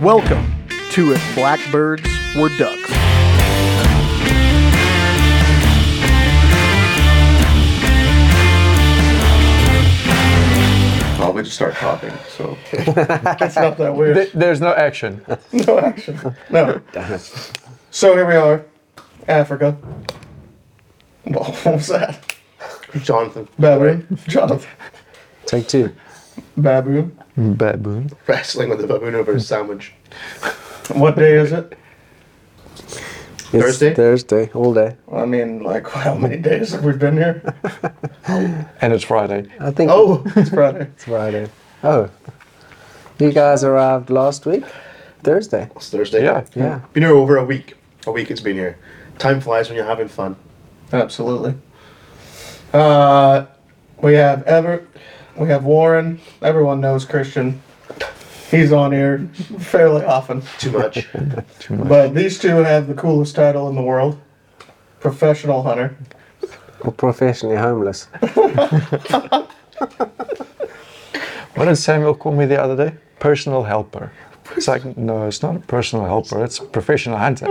Welcome to If Blackbirds Were Ducks. Probably just start talking. So It's not that weird. Th- There's no action. No action. No. So here we are, Africa. Well, what was that? Jonathan, Baboon. Jonathan. Take two. Baboon. Baboon. wrestling with a baboon over a sandwich. What day is it? It's Thursday? Thursday, all day. I mean, like, how many days have we been here? And it's Friday. I think Oh, It's Friday. it's Friday. Oh, you guys arrived last week, Thursday. it's Thursday. Yeah. Yeah. Been here over a week. A week it's been here. Time flies when you're having fun. Absolutely. Uh, we have Everett. We have Warren. Everyone knows Christian. He's on here fairly often. Too much. Too much. But these two have the coolest title in the world Professional Hunter. We're professionally homeless. What did Samuel call me the other day? Personal helper. It's like, no, it's not a personal helper, it's a professional hunter.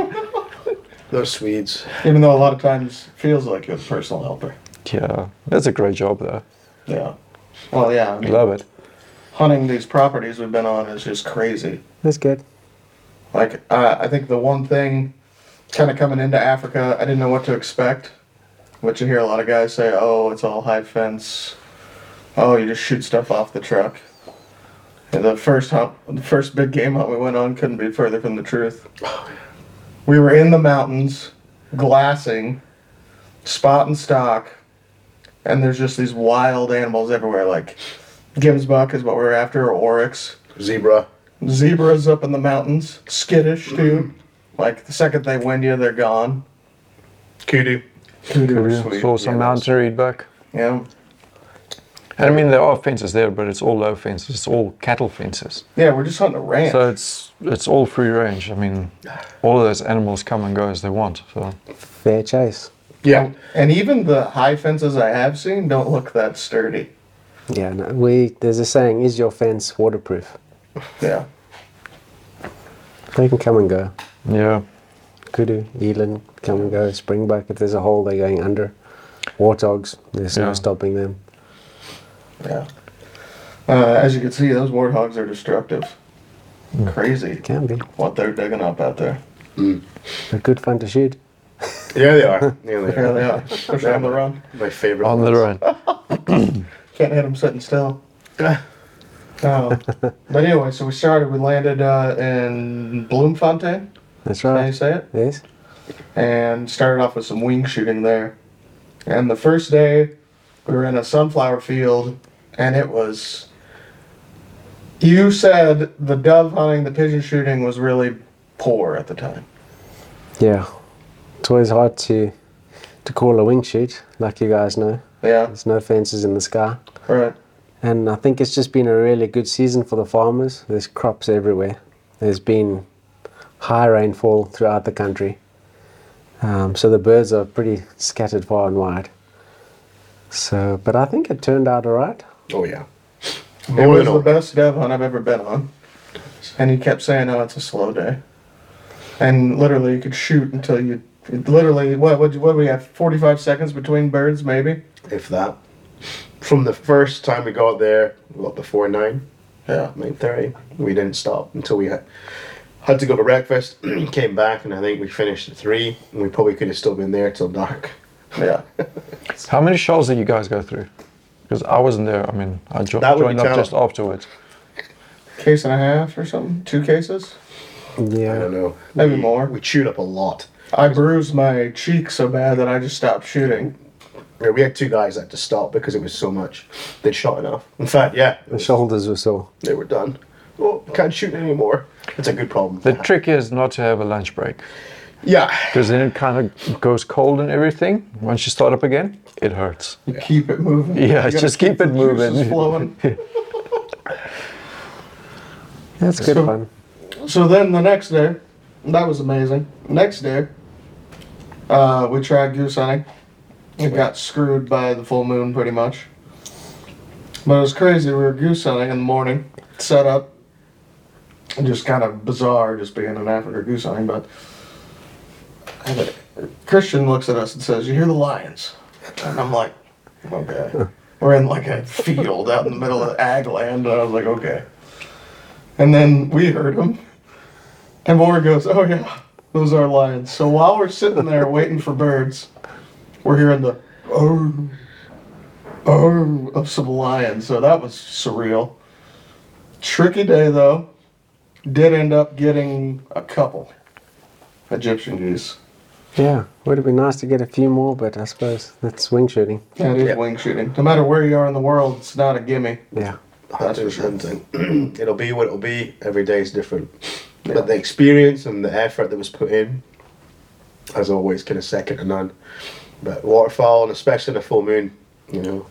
Those Swedes. Even though a lot of times feels like you're the personal helper. Yeah, that's a great job though. Yeah. Well, yeah. I mean, Love it. hunting these properties we've been on is just crazy. That's good. Like, uh, I think the one thing kind of coming into Africa, I didn't know what to expect. Which you hear a lot of guys say, oh, it's all high fence. Oh, you just shoot stuff off the truck. And the first hunt, the first big game hunt we went on couldn't be further from the truth. We were in the mountains, glassing, spot and stock, and there's just these wild animals everywhere. Like, Gimsbuck is what we were after, or oryx Zebra. zebras up in the mountains, skittish too. Like the second they wind you, they're gone. Kudu. Kudu. Saw some mountain reedbuck. Yeah, And I mean, there are fences there, but it's all low fences. It's all cattle fences. yeah, we're just hunting a ranch. So it's it's all free range. I mean, all of those animals come and go as they want. So Fair chase. Yeah. and even the high fences I have seen don't look that sturdy. Yeah. No, we there's a saying: "Is your fence waterproof?" Yeah, They can come and go. yeah, Kudu, Eland, come and go. Springbuck, if there's a hole, they're going under. Warthogs, there's Yeah. no stopping them. yeah. Uh, as you can see, those warthogs are destructive. Hmm. Crazy Can be. what they're digging up out there. They're good fun to shoot. Yeah, they are. Yeah, they There are. they are. Especially on the run. My favorite. on the ones. run. Can't hit them sitting still. Yeah. Um, but anyway, so we started. We landed uh, in Bloemfontein. That's How you right. say it? Yes. and started off with some wing shooting there. And the first day, we were in a sunflower field, and it was. You said the dove hunting, the pigeon shooting was really poor at the time. Yeah. It's always hard to to call a wing shoot, like you guys know. Yeah, There's no fences in the sky. right. And I think it's just been a really good season for the farmers. There's crops everywhere. There's been high rainfall throughout the country. Um, so the birds are pretty scattered far and wide. So, but I think it turned out all right. Oh yeah. it More was than the all. best dove hunt I've ever been on. And he kept saying, "Oh, it's a slow day," and literally you could shoot until you. Literally, what what what do we have? Forty five seconds between birds, maybe. If that. From the first time we got there, what before nine? Yeah, nine thirty. We didn't stop until we had had to go to breakfast. came back and I think we finished at three. And we probably could have still been there till dark. Yeah, How many shoals did you guys go through? Because I wasn't there. I mean, I jo- That would be joined up challenge- just afterwards. case and a half or something. Two cases. I Yeah. don't know. Maybe We- more. We chewed up a lot. I bruised my cheek so bad that I just stopped shooting. Yeah, we had two guys that had to stop because it was so much. They'd shot enough. In fact, yeah, it The was- shoulders were sore. they were done. Oh, can't shoot anymore. It's a good problem. The trick is not to have a lunch break yeah, because then it kind of goes cold and everything. Once you start up again, it hurts. You keep it moving. You Yeah, gotta just keep the it juices moving. flowing. That's good So- fun. so then the next day, that was amazing. Next day, uh, we tried goose hunting. We got screwed by the full moon pretty much. But it was crazy. We were goose hunting in the morning, set up, just kind of bizarre just being in Africa goose hunting, but and it- Christian looks at us and says, You hear the lions? And I'm like, Okay. We're in like a field out in the middle of ag land, and I was like, Okay. And then we heard them, and Moore goes, Oh, yeah, those are lions. So while we're sitting there waiting for birds, we're hearing the oh, oh of some lions. So that was surreal. Tricky day though. Did end up getting a couple Egyptian geese. Yeah, would have been nice to get a few more, but I suppose that's wing shooting. That is Yeah. wing shooting. No matter where you are in the world, it's not a gimme. Yeah. Oh, That's for Hunting's sure. hunting. It'll be what it'll be. Every day is different. Yeah. But the experience and the effort that was put in, as always, kind of second to none. But waterfowl, and especially the full moon, you know,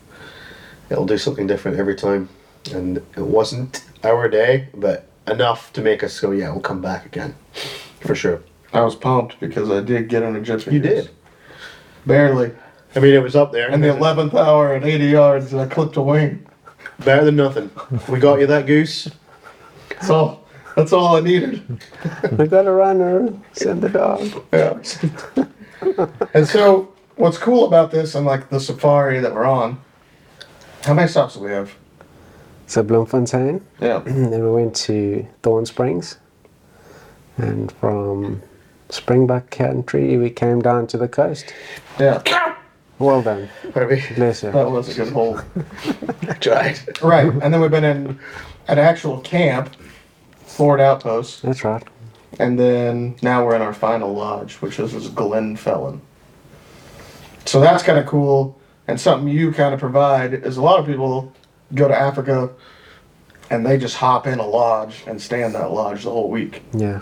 it'll do something different every time. And it wasn't our day, but enough to make us go, yeah, we'll come back again, for sure. I was pumped because I did get an Egyptian You goose. did. Barely. I mean, it was up there. In the 11th hour at 80 yards, and I clipped a wing. Better than nothing. We got you that goose. That's all. That's all I needed. we got a runner. Send the dog. Yeah. and so, what's cool about this and like the safari that we're on, how many stops do we have? So Bloemfontein. Yeah. then we went to Thorn Springs. And from Springbuck Country, we came down to the coast. Yeah. Well done. Harvey. Bless you. That was a good hole. I tried. right. And then we've been in an actual camp, Ford Outpost, That's right. and then now we're in our final lodge, which is, is Glenfellan. So that's kind of cool. And something you kind of provide is a lot of people go to Africa and they just hop in a lodge and stay in that lodge the whole week Yeah.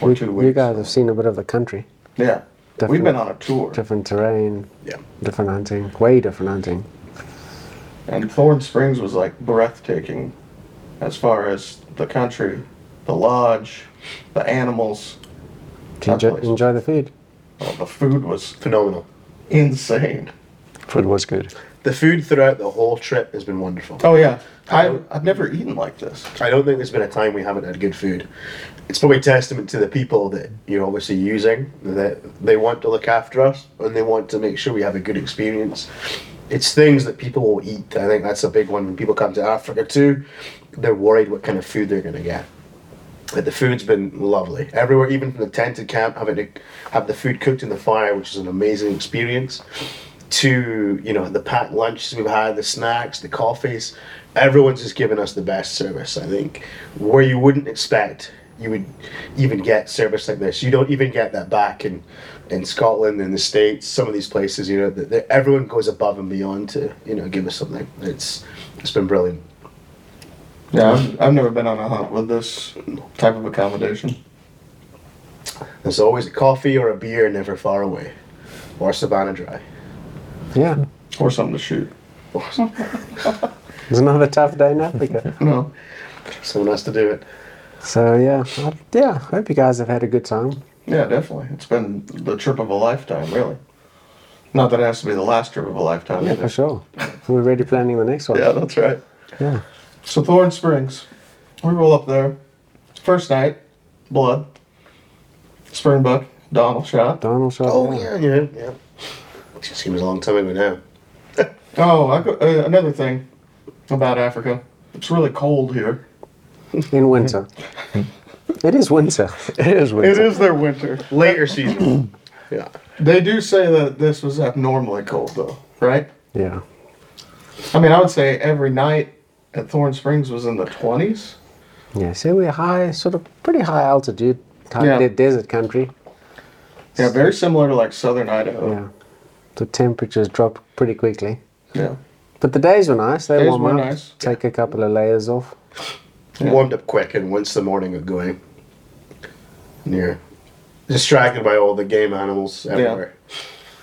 or two weeks. You guys have seen a bit of the country. Yeah. We've been on a tour. Different terrain, Yeah. different hunting, way different hunting. And Thorn Springs was like breathtaking as far as the country, the lodge, the animals. Did you enjoy, That place. enjoy the food? Oh, the food was Phenomenal. insane. Food was good. The food throughout the whole trip has been wonderful. Oh, yeah. I've, I've never eaten like this. I don't think there's been a time we haven't had good food. It's probably testament to the people that you're obviously using that they want to look after us and they want to make sure we have a good experience. It's things that people will eat. I think that's a big one when people come to Africa too. They're worried what kind of food they're going to get. But the food's been lovely. Everywhere, even from the tented camp, having to have the food cooked in the fire, which is an amazing experience, to you know the packed lunches we've had, the snacks, the coffees. Everyone's just given us the best service. I think where you wouldn't expect you would even get service like this. You don't even get that back in in Scotland, in the States, some of these places. You know that that everyone goes above and beyond to you know give us something. It's it's been brilliant. Yeah, I've, I've never been on a hunt with this type of accommodation. There's always a coffee or a beer never far away, or Savannah Dry. Yeah. Or something to shoot. It was another tough day in Africa. No. Someone has to do it. so, yeah. I, yeah. Hope you guys have had a good time. Yeah, definitely. It's been the trip of a lifetime, really. Not that it has to be the last trip of a lifetime. Yeah, either. for sure. We're already planning the next one. Yeah, that's right. Yeah. So Thorn Springs, we roll up there. First night, blood. Springbuck, Donald shot. Donald shot. Oh yeah. yeah, yeah, yeah. It seems a long time ago now. Oh, I go, uh, another thing about Africa. It's really cold here. In winter. it is winter. It is winter. is their winter. Later season. yeah. They do say that this was abnormally cold, though, right? Yeah. I mean, I would say every night at Thorn Springs was in the 20s. Yeah. So we're high, sort of pretty high altitude, kind Yeah. of de- desert country. Yeah, very similar to like southern Idaho. Yeah. The temperatures drop pretty quickly. Yeah. But the days were nice. They Days warm were up. nice. Take a couple of layers off. Yeah. Warmed up quick, and once the morning of going, and you're distracted by all the game animals everywhere.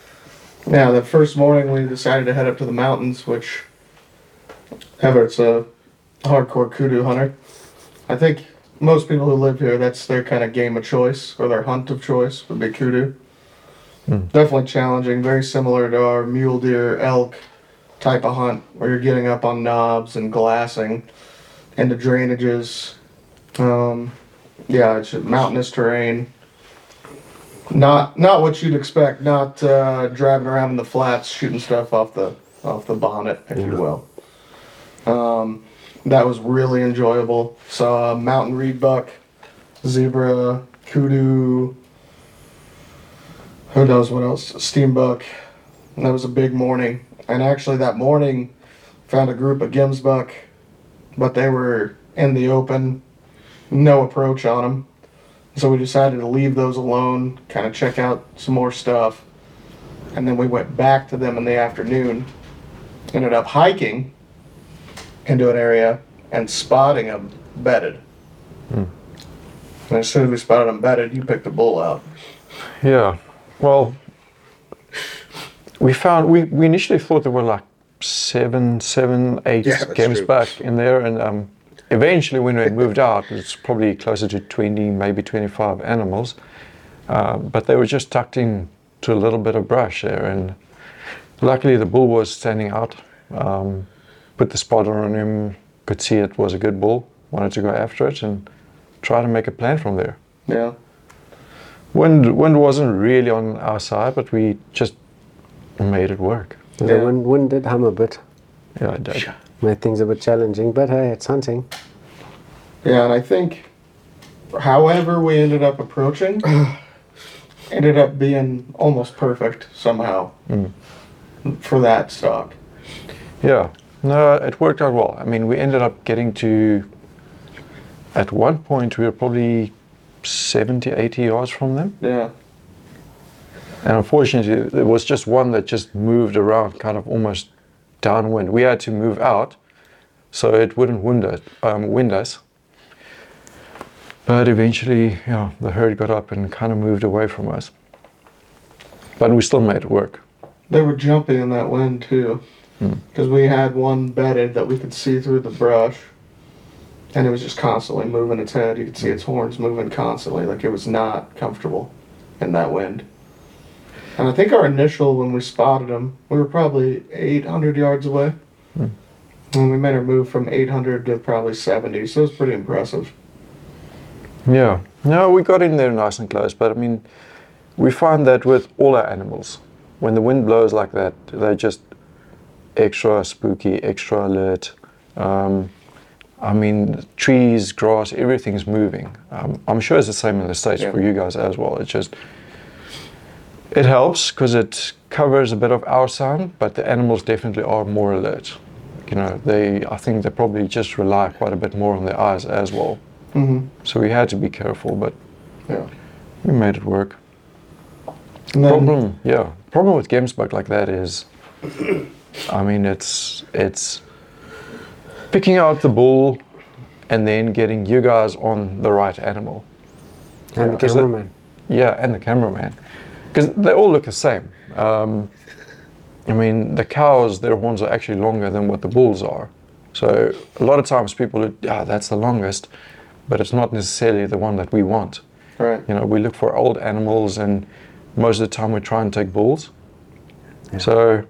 yeah. the first morning we decided to head up to the mountains, which Everett's a hardcore kudu hunter. I think most people who live here, that's their kind of game of choice or their hunt of choice would be kudu. Definitely challenging, very similar to our mule deer, elk type of hunt where you're getting up on knobs and glassing into drainages. Um, yeah, it's mountainous terrain. Not not what you'd expect. Not uh, driving around in the flats, shooting stuff off the off the bonnet, if you will. Um, that was really enjoyable. Saw mountain reedbuck, zebra, kudu. Who knows what else? Steambuck. And that was a big morning. And actually, that morning, found a group of gimsbuck, but they were in the open no approach on them. So we decided to leave those alone, kind of check out some more stuff. And then we went back to them in the afternoon, ended up hiking into an area and spotting them bedded. Hmm. And as soon as we spotted them bedded, you picked the bull out. Yeah. Well, we found we, we initially thought there were like seven, seven, eight Yeah, that's games true. back in there, and um, eventually when we moved out, it's probably closer to twenty, maybe twenty-five animals, uh, but they were just tucked in to a little bit of brush there, and luckily the bull was standing out. Um, put the spotter on him, could see it was a good bull, wanted to go after it, and try to make a plan from there. Yeah. Wind, wind wasn't really on our side, but we just made it work. The wind, wind did hum a bit, Yeah, it did. made things a bit challenging, but hey, it's hunting. Yeah, and I think however we ended up approaching ended up being almost perfect somehow for that stock. Yeah, no, it worked out well. I mean, we ended up getting to, at one point, we were probably 70, 80 yards from them. Yeah. And unfortunately, there was just one that just moved around kind of almost downwind. We had to move out so it wouldn't wind, us- um, wind us. But eventually, yeah, the herd got up and kind of moved away from us. But we still made it work. They were jumping in that wind too, because we had one bedded that we could see through the brush, and it was just constantly moving its head. You could see its horns moving constantly, like it was not comfortable in that wind. And I think our initial when we spotted them, we were probably 800 yards away, and we made our move from 800 to probably 70. So it was pretty impressive. Yeah. No, we got in there nice and close, but I mean, we find that with all our animals, when the wind blows like that, they're just extra spooky, extra alert. Um, I mean, trees, grass, everything's moving. Um, I'm sure it's the same in the States Yeah. for you guys as well. It just, it helps because it covers a bit of our sound, but the animals definitely are more alert. You know, they, I think they probably just rely quite a bit more on their eyes as well. Mm-hmm. So we had to be careful, but Yeah. we made it work. And then, Problem, yeah. Problem with GameSpot like that is, I mean, it's it's picking out the bull, and then getting you guys on the right animal. And the Is that- cameraman. Yeah, and the cameraman, because they all look the same. Um, I mean, the cows, their horns are actually longer than what the bulls are. So a lot of times people, are, ah, that's the longest, but it's not necessarily the one that we want. Right. You know, we look for old animals, and most of the time we try and take bulls. So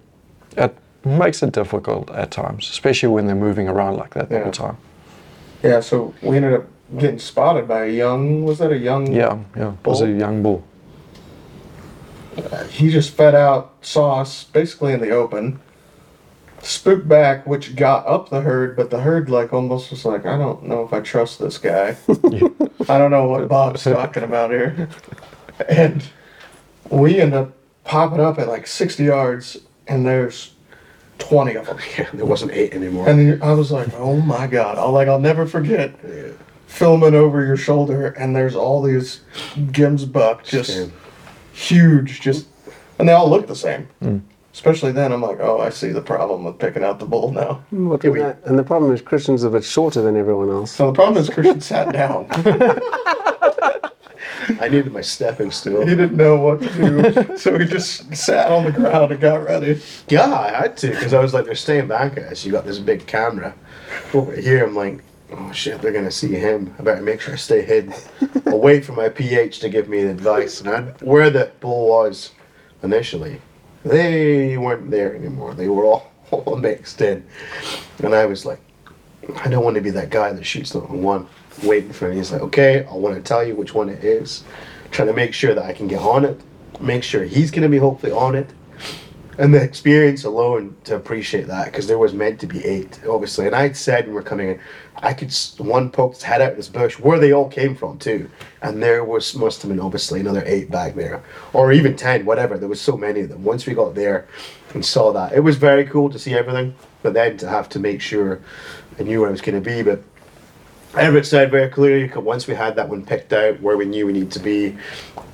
it makes it difficult at times, especially when they're moving around like that the Yeah. whole time. Yeah. So we ended up getting spotted by a young. Was that a young? Yeah, yeah. It was a Bull? young bull. he just fed out sauce basically in the open spooked back which got up the herd but the herd like almost was like i don't know if i trust this guy i don't know what bob's talking about here and we end up popping up at like 60 yards and there's 20 of them Yeah, there wasn't eight anymore. and then i was like oh my god i'll like i'll never forget filming over your shoulder and there's all these gimsbuck just Damn. huge, just and they all look the same. Especially then, I'm like, oh, I see the problem with picking out the bull now. What was that? And the problem is Christian's a bit shorter than everyone else. So the problem is Christian sat down. I needed my stepping He stool. didn't know what to do, so he just sat on the ground and got ready. Yeah, I had to because I was like, they're staying back at us. You got this big camera over here. I'm like, oh shit, they're gonna see him. I better make sure I stay hidden. I'll wait for my PH to give me the advice. And I'd, where the bull was initially, they weren't there anymore. They were all, all mixed in, and I was like, I don't want to be that guy that shoots the wrong one, waiting for it. He's like, okay, I want to tell you which one it is, trying to make sure that I can get on it, make sure he's going to be hopefully on it. And the experience alone to appreciate that, because there was meant to be eight, obviously. And I'd said when we we're coming in, I could s- one poke his head out of this bush where they all came from too, and there was must have been obviously another eight back there, or even ten, whatever. There was so many of them. Once we got there and saw that, it was very cool to see everything, but then to have to make sure I knew where I was going to be. But Everett said very clearly, 'cause once we had that one picked out where we knew we need to be,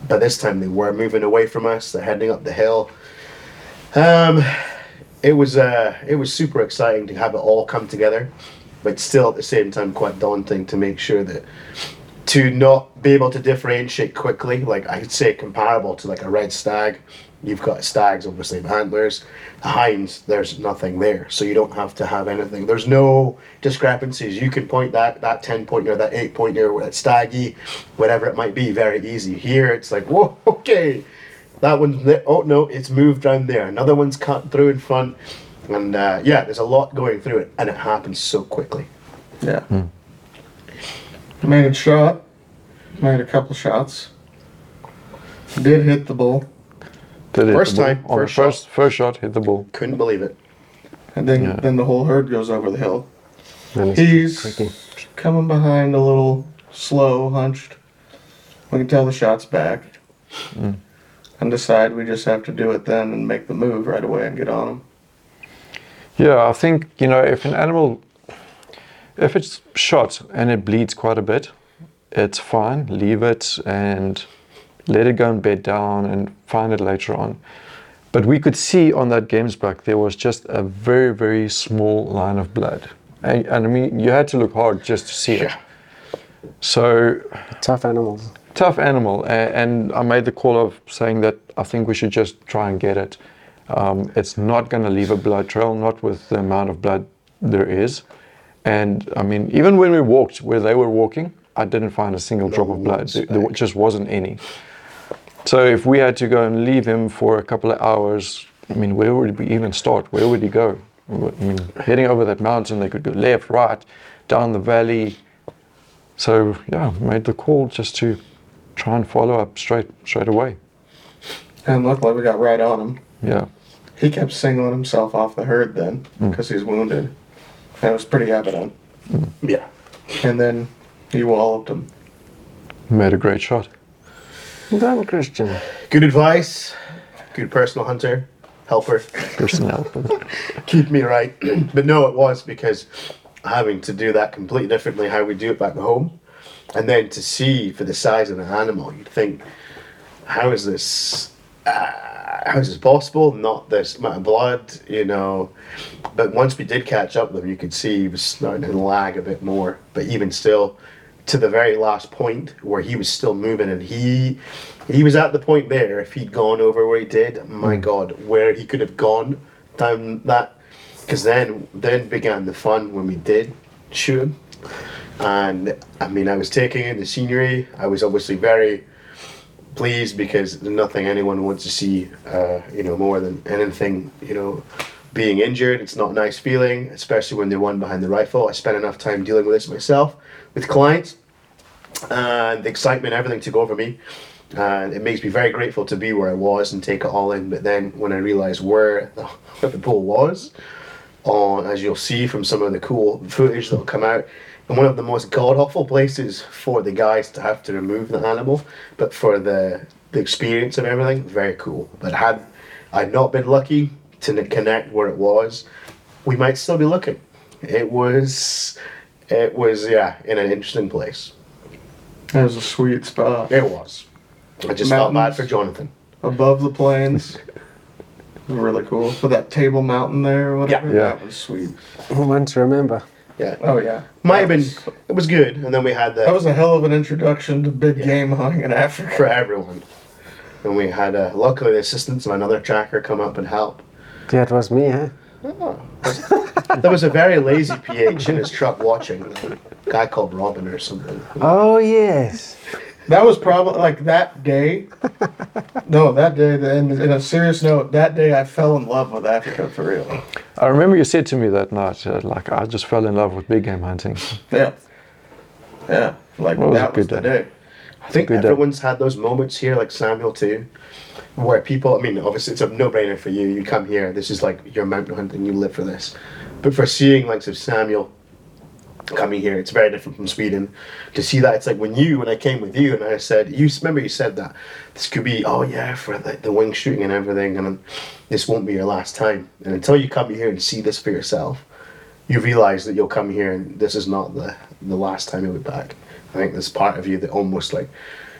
by this time they were moving away from us. They're heading up the hill. Um, it was uh, it was super exciting to have it all come together, but still at the same time quite daunting to make sure that to not be able to differentiate quickly, like I'd say comparable to like a red stag. You've got stags, obviously, with antlers. A hind, there's nothing there, so you don't have to have anything. There's no discrepancies. You can point that that ten pointer, that eight pointer, that staggy, whatever it might be, very easy. Here, it's like whoa, okay, that one's there. oh no, it's moved round there. Another one's cut through in front, and uh, yeah, there's a lot going through it, and it happens so quickly. Yeah. Made a shot. Made a couple shots. Did hit the bull. Did hit First the ball. time, On first the first first shot, hit the ball. Couldn't believe it. And then, Yeah. then the whole herd goes over the hill. And it's He's tricky. coming behind a little slow, hunched. We can tell the shot's back. And decide we just have to do it then and make the move right away and get on him. Yeah, I think you know if an animal, if it's shot and it bleeds quite a bit, it's fine. Leave it and let it go and bed down and find it later on. But we could see on that game's back there was just a very very small line of blood, and, and I mean you had to look hard just to see Yeah. it. So Tough animals. tough animal, a- and I made the call of saying that I think we should just try and get it. Um, it's not going to leave a blood trail, not with the amount of blood there is. And I mean, even when we walked where they were walking, I didn't find a single drop of blood. There, there just wasn't any. So if we had to go and leave him for a couple of hours, I mean, where would we even start? Where would he go? I mean, heading over that mountain, they could go left, right, down the valley. So yeah, made the call just to try and follow up straight straight away. And luckily, we got right on him. Yeah, He kept singling himself off the herd then because he's wounded. That was pretty evident. Yeah. And then you walloped him. made a great shot. Well done, Christian. Good advice. Good personal hunter, helper. Personnel. Keep me right. but no, it was because having to do that completely differently how we do it back home, and then to see for the size of an animal, you'd think, how is this? Uh, how is this possible? Not this amount of blood, you know. But once we did catch up with him, you could see he was starting to lag a bit more. But even still, to the very last point where he was still moving, and he he was at the point there. If he'd gone over where he did, my God, where he could have gone down that, because then then began the fun when we did shoot him. And I mean, I was taking in the scenery. I was obviously very pleased because there's nothing anyone wants to see, uh, you know, more than anything, you know, being injured. It's not a nice feeling, especially when they're one behind the rifle. I spent enough time dealing with this myself with clients, and the excitement, everything took over me. And it makes me very grateful to be where I was and take it all in. But then when I realized where the, where the bull was, on as you'll see from some of the cool footage that'll come out in one of the most god awful places for the guys to have to remove the animal but for the the experience of everything very cool but had i not been lucky to n- connect where it was we might still be looking it was it was yeah in an interesting place That was a sweet spot. it was i just felt bad Mountains. for jonathan above the plains. really cool. For that table mountain there or whatever. Yeah. That was sweet. One to remember. yeah Oh yeah. might have been That was- it was good and then we had the That was a hell of an introduction to big game hunting in Africa. for everyone. And we had, uh, luckily, the assistance of another tracker come up and help. Yeah, it was me, huh? There was a very lazy PH in his truck watching, a guy called Robin or something. Oh, yes. That was probably like that day. No, that day, in, in a serious note, that day I fell in love with Africa for real. I remember you said to me that night, uh, like, I just fell in love with big game hunting. Yeah. Yeah. Like, Well, it was a that was good the day. day. I think Good day. everyone's had those moments here, like Samuel too, where people. I mean, obviously it's a no-brainer for you. You come here. This is like your mountain hunting. You live for this. But for seeing like of Samuel coming here, it's very different from Sweden. To see that, it's like when you when I came with you and I said, you s- remember you said that this could be oh yeah for the, the wing shooting and everything, and um, this won't be your last time. And until you come here and see this for yourself, you realize that you'll come here and this is not the the last time you'll be back. I think there's part of you that almost like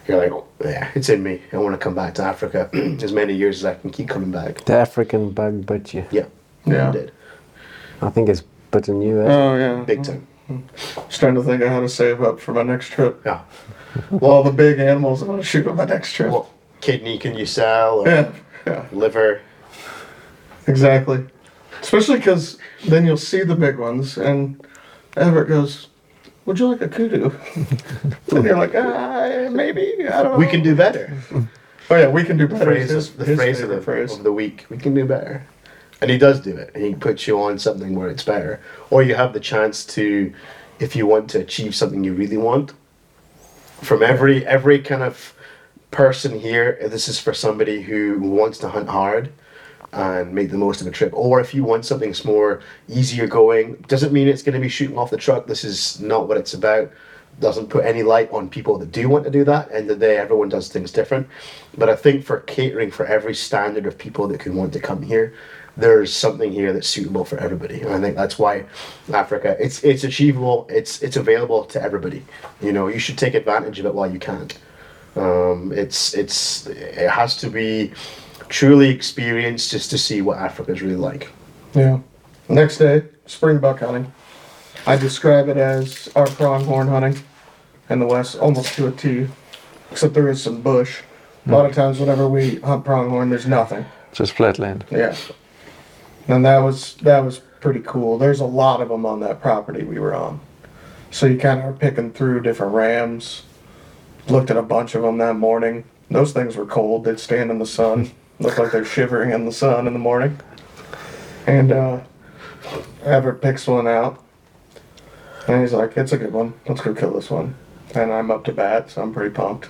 you're like, "Oh, yeah, it's in me. I want to come back to Africa as many years as I can keep coming back. The African bug bit you. Yeah, Yeah. I did I think it's bitten you. eh? Uh, Oh, yeah. big time. Just trying to think of how to save up for my next trip. Yeah. All the big animals I want to shoot on my next trip. What kidney can you sell? Or Yeah. Yeah. Liver. Exactly. Especially because then you'll see the big ones, and Everett goes, "Would you like a kudu?" and you're like, ah, "Maybe I don't know." We can do better. Oh yeah, we can do better. phrase His- of, the his phrase of the, favorite phrase. of the week. We can do better, and he does do it. And he puts you on something where it's better, or you have the chance to, if you want to achieve something you really want. From every every kind of person here, this is for somebody who wants to hunt hard and make the most of a trip. Or if you want something that's more easier going, doesn't mean it's going to be shooting off the truck. This is not what it's about. Doesn't put any light on people that do want to do that. End of the day, everyone does things different. But I think for catering for every standard of people that can want to come here, there's something here that's suitable for everybody. And I think that's why Africa, it's it's achievable. It's it's available to everybody. You know, you should take advantage of it while you can. Um, it's it's it has to be truly experienced just to see what Africa's really like. Yeah. Next day, spring buck hunting. I describe it as our pronghorn hunting in the West, almost to a T, except there is some bush. A lot Hmm. of times, whenever we hunt pronghorn, there's nothing. Just flatland. Yeah. And that was that was pretty cool. There's a lot of them on that property we were on. So you kind of are picking through different rams. Looked at a bunch of them that morning. Those things were cold. They'd stand in the sun. Looked like they're shivering in the sun in the morning. And uh, Everett picks one out. And he's like, it's a good one. Let's go kill this one. And I'm up to bat, so I'm pretty pumped.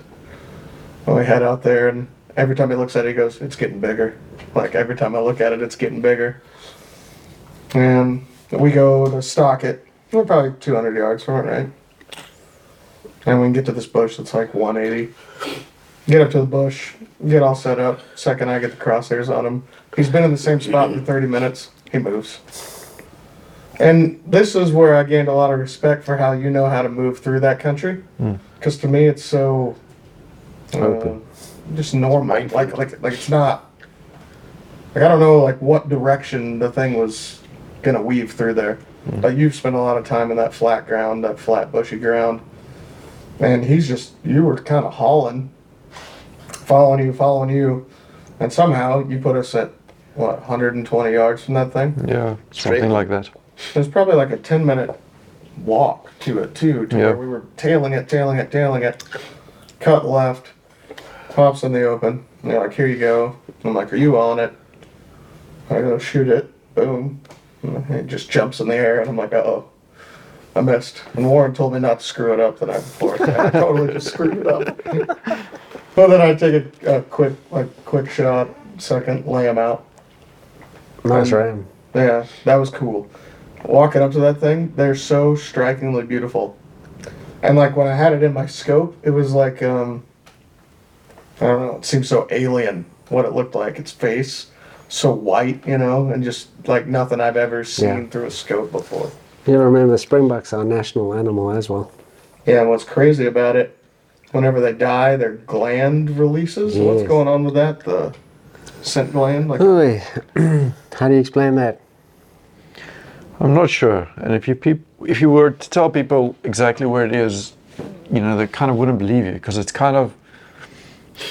And we head out there, and every time he looks at it, he goes, It's getting bigger. Like, every time I look at it, it's getting bigger. And we go to stock it. We're probably 200 yards from it, right? And we can get to this bush that's like 180. Get up to the bush, get all set up. Second, I get the crosshairs on him. He's been in the same spot for 30 minutes. He moves. And this is where I gained a lot of respect for how you know how to move through that country. Because to me, it's so uh, Open. just normal. Mindful. Like, like, like it's not. Like I don't know, like what direction the thing was gonna weave through there. But you've spent a lot of time in that flat ground, that flat bushy ground, and he's just you were kind of hauling, following you, following you, and somehow you put us at what 120 yards from that thing. Yeah, something like that. It was probably like a 10 minute walk to it too, to Yeah. where we were tailing it, tailing it, tailing it. Cut left, pops in the open. And they're like, here you go. And I'm like, are you on it? I go shoot it. Boom. And it just jumps in the air, and I'm like, uh oh. I missed. And Warren told me not to screw it up the night before. and I totally just screwed it up. but then I take a, a quick, like, quick shot, second, lay him out. nice um, ram. Yeah, that was cool. Walking up to that thing, they're so strikingly beautiful. And like when I had it in my scope, it was like um I don't know, it seemed so alien what it looked like. Its face so white, you know, and just like nothing I've ever seen Yeah. through a scope before. You gotta remember, the springboks are a national animal as well. Yeah, and what's crazy about it, whenever they die, their gland releases. What's Yes. going on with that? The scent gland? Like Oi. How do you explain that? I'm not sure. And if you peop- if you were to tell people exactly where it is, you know, they kind of wouldn't believe you because it's kind of,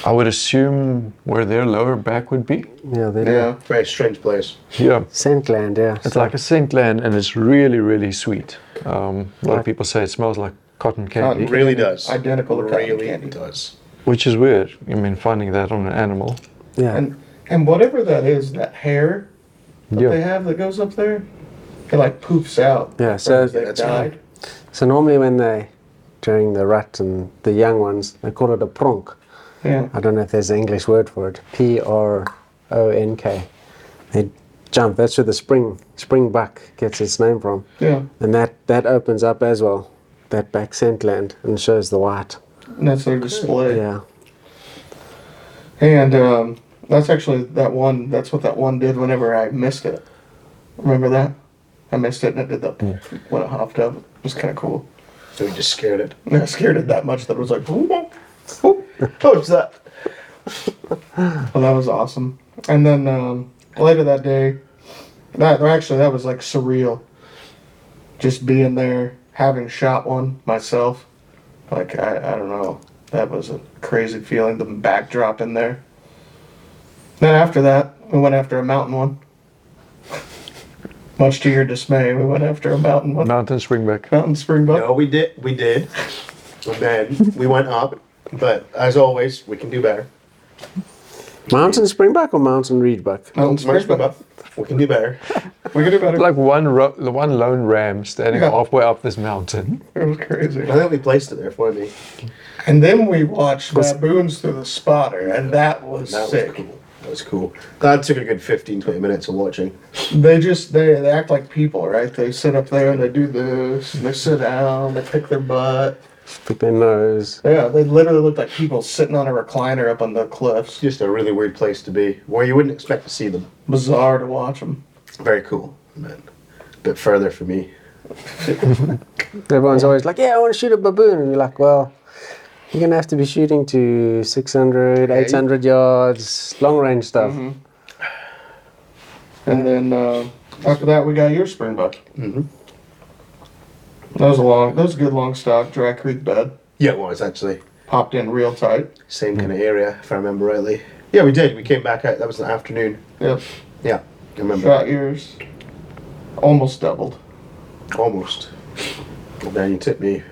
I would assume where their lower back would be. Yeah, they do. Yeah. Very strange place. Yeah, Scent gland, yeah. it's like a scent gland, and it's really, really sweet. Um, a lot of people say it smells like cotton candy. It really does. Identical to cotton really candy. does. which is weird. I mean, finding that on an animal. Yeah. And and whatever that is, that hair that Yeah. they have that goes up there, it like poofs out. Yeah, as so- as they That's died. so normally when they, during the rut and the young ones, they call it a pronk. Yeah. I don't know if there's an English word for it. P R O N K. They jump. That's where the spring spring buck gets its name from. Yeah. And that, that opens up as well, that back scent land, and shows the white. And that's their display. Yeah. And um, that's actually that one. That's what that one did. Whenever I missed it, remember that? I missed it, and it did that when it hopped up. It was kind of cool. So we just scared it. And I scared it that much that it was like, "Whoop, whoop, whoop." Oh, it's that. well, that was awesome. And then um, later that day, that or actually that was like surreal. Just being there, having shot one myself, like I, I don't know, that was a crazy feeling. The backdrop in there. Then after that, we went after a mountain one. Much to your dismay, we went after a mountain one. Mountain springback. Mountain springbuck. No, we did. We did. And then we went up, but as always, we can do better. Mountain springbuck or mountain reedbuck? Mountain March went springbuck. up. We can do better. We could do better. Like one ro- the one lone ram standing Yeah. halfway up this mountain. It was crazy. I think we placed it there for me. And then we watched baboons through the spotter, and that was That sick. was cool. That was cool. That took a good 15, 20 minutes of watching. They just they, they act like people, right? They sit up there and they do this, and they sit down, they pick their butt. Pick their nose. Yeah, they literally look like people sitting on a recliner up on the It's cliffs. just a really weird place to be, where you wouldn't expect to see them. Bizarre to watch them. Very cool, but a bit further for me. Everyone's always like, yeah, I want to shoot a baboon. And you're like, well, you're going to have to be shooting to 600, 800 yards, long range stuff. And then uh, after that, we got your springbuck. Mm-hmm. That was a long, that was a good long stock, dry creek bed. Yeah, it was actually Popped in real tight. same kind of area if I remember rightly. Mm-hmm. Yeah, we did. We came back out. That was an afternoon. Yep, Yeah, I remember. shot yours. Almost doubled. Almost. And then you took me,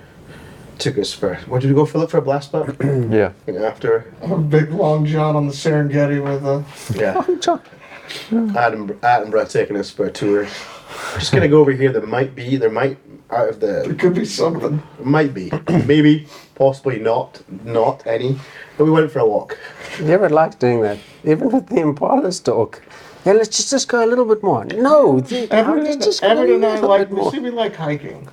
took us for. What did we go for? Look for a blast buck. Yeah. And after. A big long john on the Serengeti with a Yeah. Sure. Adam Attenborough taking us for a tour. Just gonna go over here. There might be. There might out of the It could be something. might be maybe possibly not not any. But we went for a walk. You ever like doing that? Even with the impalas talk. Yeah, let's just, just go a little bit more. No, the, Everton, let's just go a Everton and I little like bit more. we, see, we like hiking.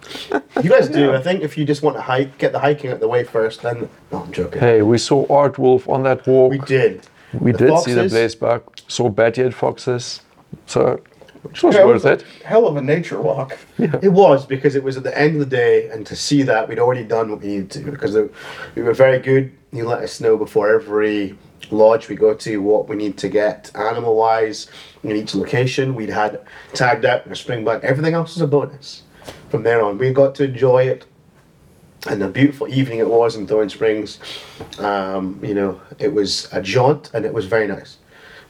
You guys do. I think if you just want to hike, get the hiking out of the way first. Then no, I'm joking. Hey, we saw Art Wolf on that walk. We did. We The did see the foxes. blaze buck, saw bat-eared foxes, so it was Yeah, worth was it. a Hell of a nature walk. It was because it was at the end of the day, and to see that we'd already done what we needed to because the- we were very good. You let us know before every lodge we go to what we need to get animal wise in each location. We'd had tagged out in a spring buck. Everything else is a bonus. From there on, we got to enjoy it, and a beautiful evening it was in Thorn Springs. Um, you know, it was a jaunt, and it was very nice.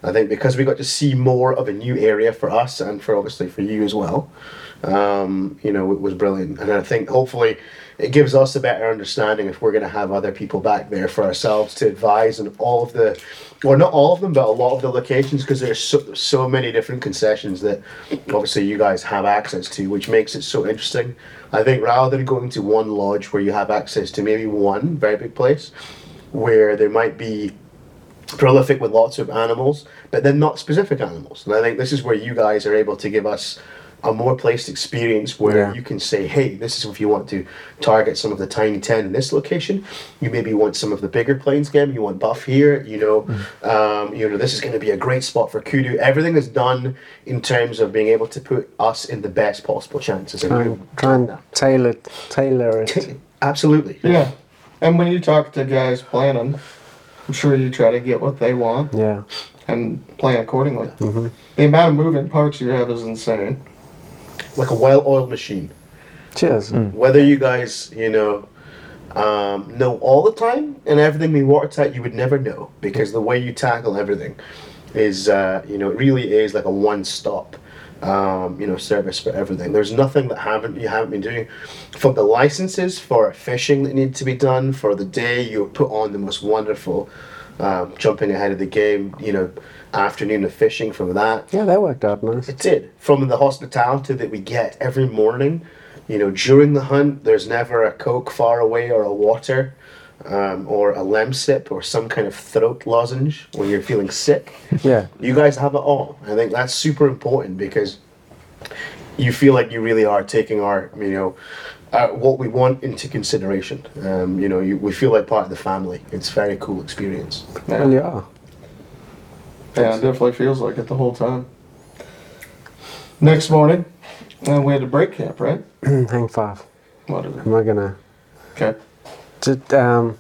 I think because we got to see more of a new area for us and for obviously for you as well um, you know, it was brilliant. And I think hopefully it gives us a better understanding if we're going to have other people back there for ourselves to advise on all of the, or not all of them, but a lot of the locations because there's so, so many different concessions that obviously you guys have access to, which makes it so interesting. I think rather than going to one lodge where you have access to maybe one very big place where there might be prolific with lots of animals, but then not specific animals. And I think this is where you guys are able to give us a more placed experience where Yeah. you can say, hey, this is if you want to target some of the tiny 10 in this location. You maybe want some of the bigger plains game. You want buff here, you know, um, you know, this is going to be a great spot for kudu. Everything is done in terms of being able to put us in the best possible chances. And Try we've and, try and done tailor, tailor it. that. Absolutely. Yeah. And when you talk to guys planning, I'm sure you try to get what they want yeah. and plan accordingly. The amount of moving parts you have is insane. Like a well-oiled machine. Cheers. whether you guys you know um, know all the time and everything we watertight you would never know because the way you tackle everything is uh, you know it really is like a one stop um, you know, service for everything. There's nothing that haven't you haven't been doing. For the licenses, for fishing that need to be done, for the day you put on the most wonderful, um, jumping ahead of the game, you know, afternoon of fishing from that. Yeah, that worked out nice. It did. From the hospitality that we get every morning, you know, during the hunt, there's never a Coke far away or a water um, or a lem sip or some kind of throat lozenge when you're feeling sick. Yeah. You guys have it all. I think that's super important because you feel like you really are taking our, you know, uh, what we want into consideration. Um, you know, you, we feel like part of the family. It's a very cool experience. Yeah. Well, you are. Yeah, it definitely feels like it the whole time. Next morning, and we had a break camp, right? Hmm, Hang five. Whatever. Am I gonna? Okay. Did, um,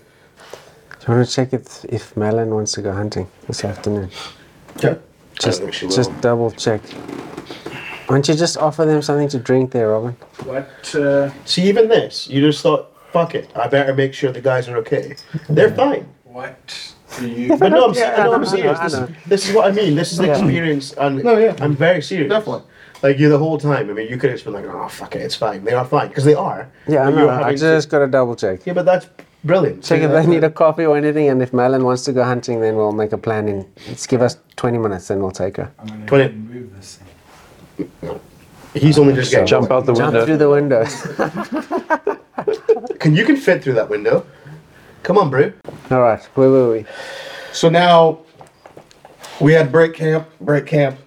do you want to check if if Malin wants to go hunting this afternoon? Okay. Just, think she just will. double check. Why don't you just offer them something to drink there, Robin? What? Uh, See, even this, you just thought, fuck it, I better make sure the guys are okay. They're fine. what do you? But no, I'm, Yeah, no, I I'm know, I serious. know, I This, know. this is what I mean. This is an experience. And No, yeah. I'm very serious. Definitely. Like you the whole time. I mean, you could have just been like, oh, fuck it, it's fine. They are fine. Because they are. Yeah, I But know. you're I having to- just gotta double check. Yeah, but that's brilliant. Check See, if that- they need a coffee or anything, and if Malin wants to go hunting, then we'll make a plan. In let's give us twenty minutes, then we'll take her. I'm gonna Put it- move this thing. He's only just getting. Jump out the Jump through window. the window. Can you can fit through that window? Come on, Brew. All right, where were we? So now we had break camp, break camp,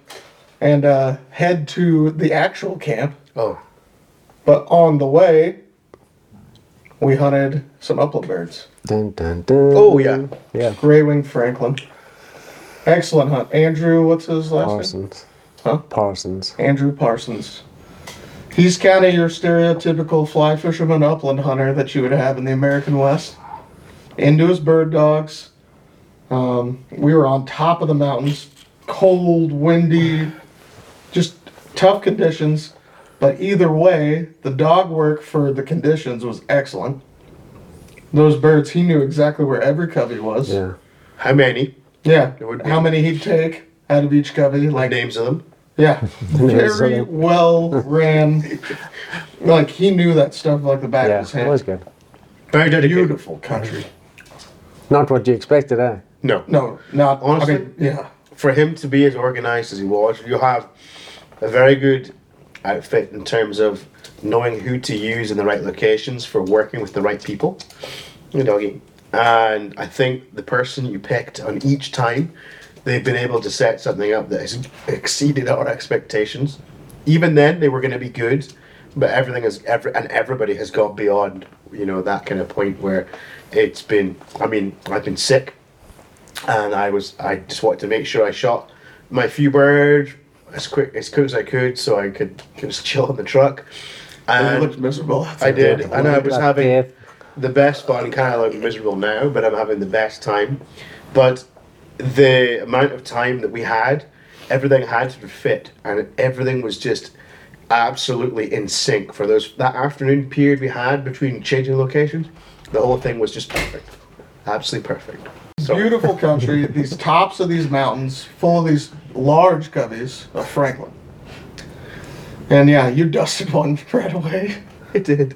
and uh, head to the actual camp. Oh, But on the way, we hunted some upland birds. Dun, dun, dun. oh yeah. yeah. Gray winged Franklin. Excellent hunt. Andrew, what's his last Oh, name? Parsons. Huh? Parsons. Andrew Parsons. He's kind of your stereotypical fly fisherman upland hunter that you would have in the American West. Into his bird dogs. Um, we were on top of the mountains, cold, windy, just tough conditions. But either way, the dog work for the conditions was excellent. Those birds, he knew exactly where every covey was. Yeah. How many? Yeah. It would be- How many he'd take out of each covey? Like Like names of them. yeah, so very they- well ran. Like he knew that stuff like the back of Yeah, his it was hand. good. Very dedicated. Beautiful country. Not what you expected, eh? No. No, not Honestly? honestly. I mean, yeah, for him to be as organized as he was, you have a very good outfit in terms of knowing who to use in the right locations for working with the right people. Your doggy. And I think the person you picked on each time, they've been able to set something up that has exceeded our expectations. Even then, they were going to be good, but everything is every and everybody has got beyond you know that kind of point where it's been. I mean, I've been sick and I was I just wanted to make sure I shot my few birds as quick as quick as I could so I could just chill in the truck. and he And looked miserable. I did, and I was Like having death. the best fun. Kind of like miserable now, but I'm having the best time. But the amount of time that we had, everything had to fit, and everything was just absolutely in sync for those that afternoon period we had between changing locations. The whole thing was just perfect, absolutely perfect. So Beautiful country. these tops of these mountains, full of these large coveys of Franklin. And yeah, you dusted one right away. it did.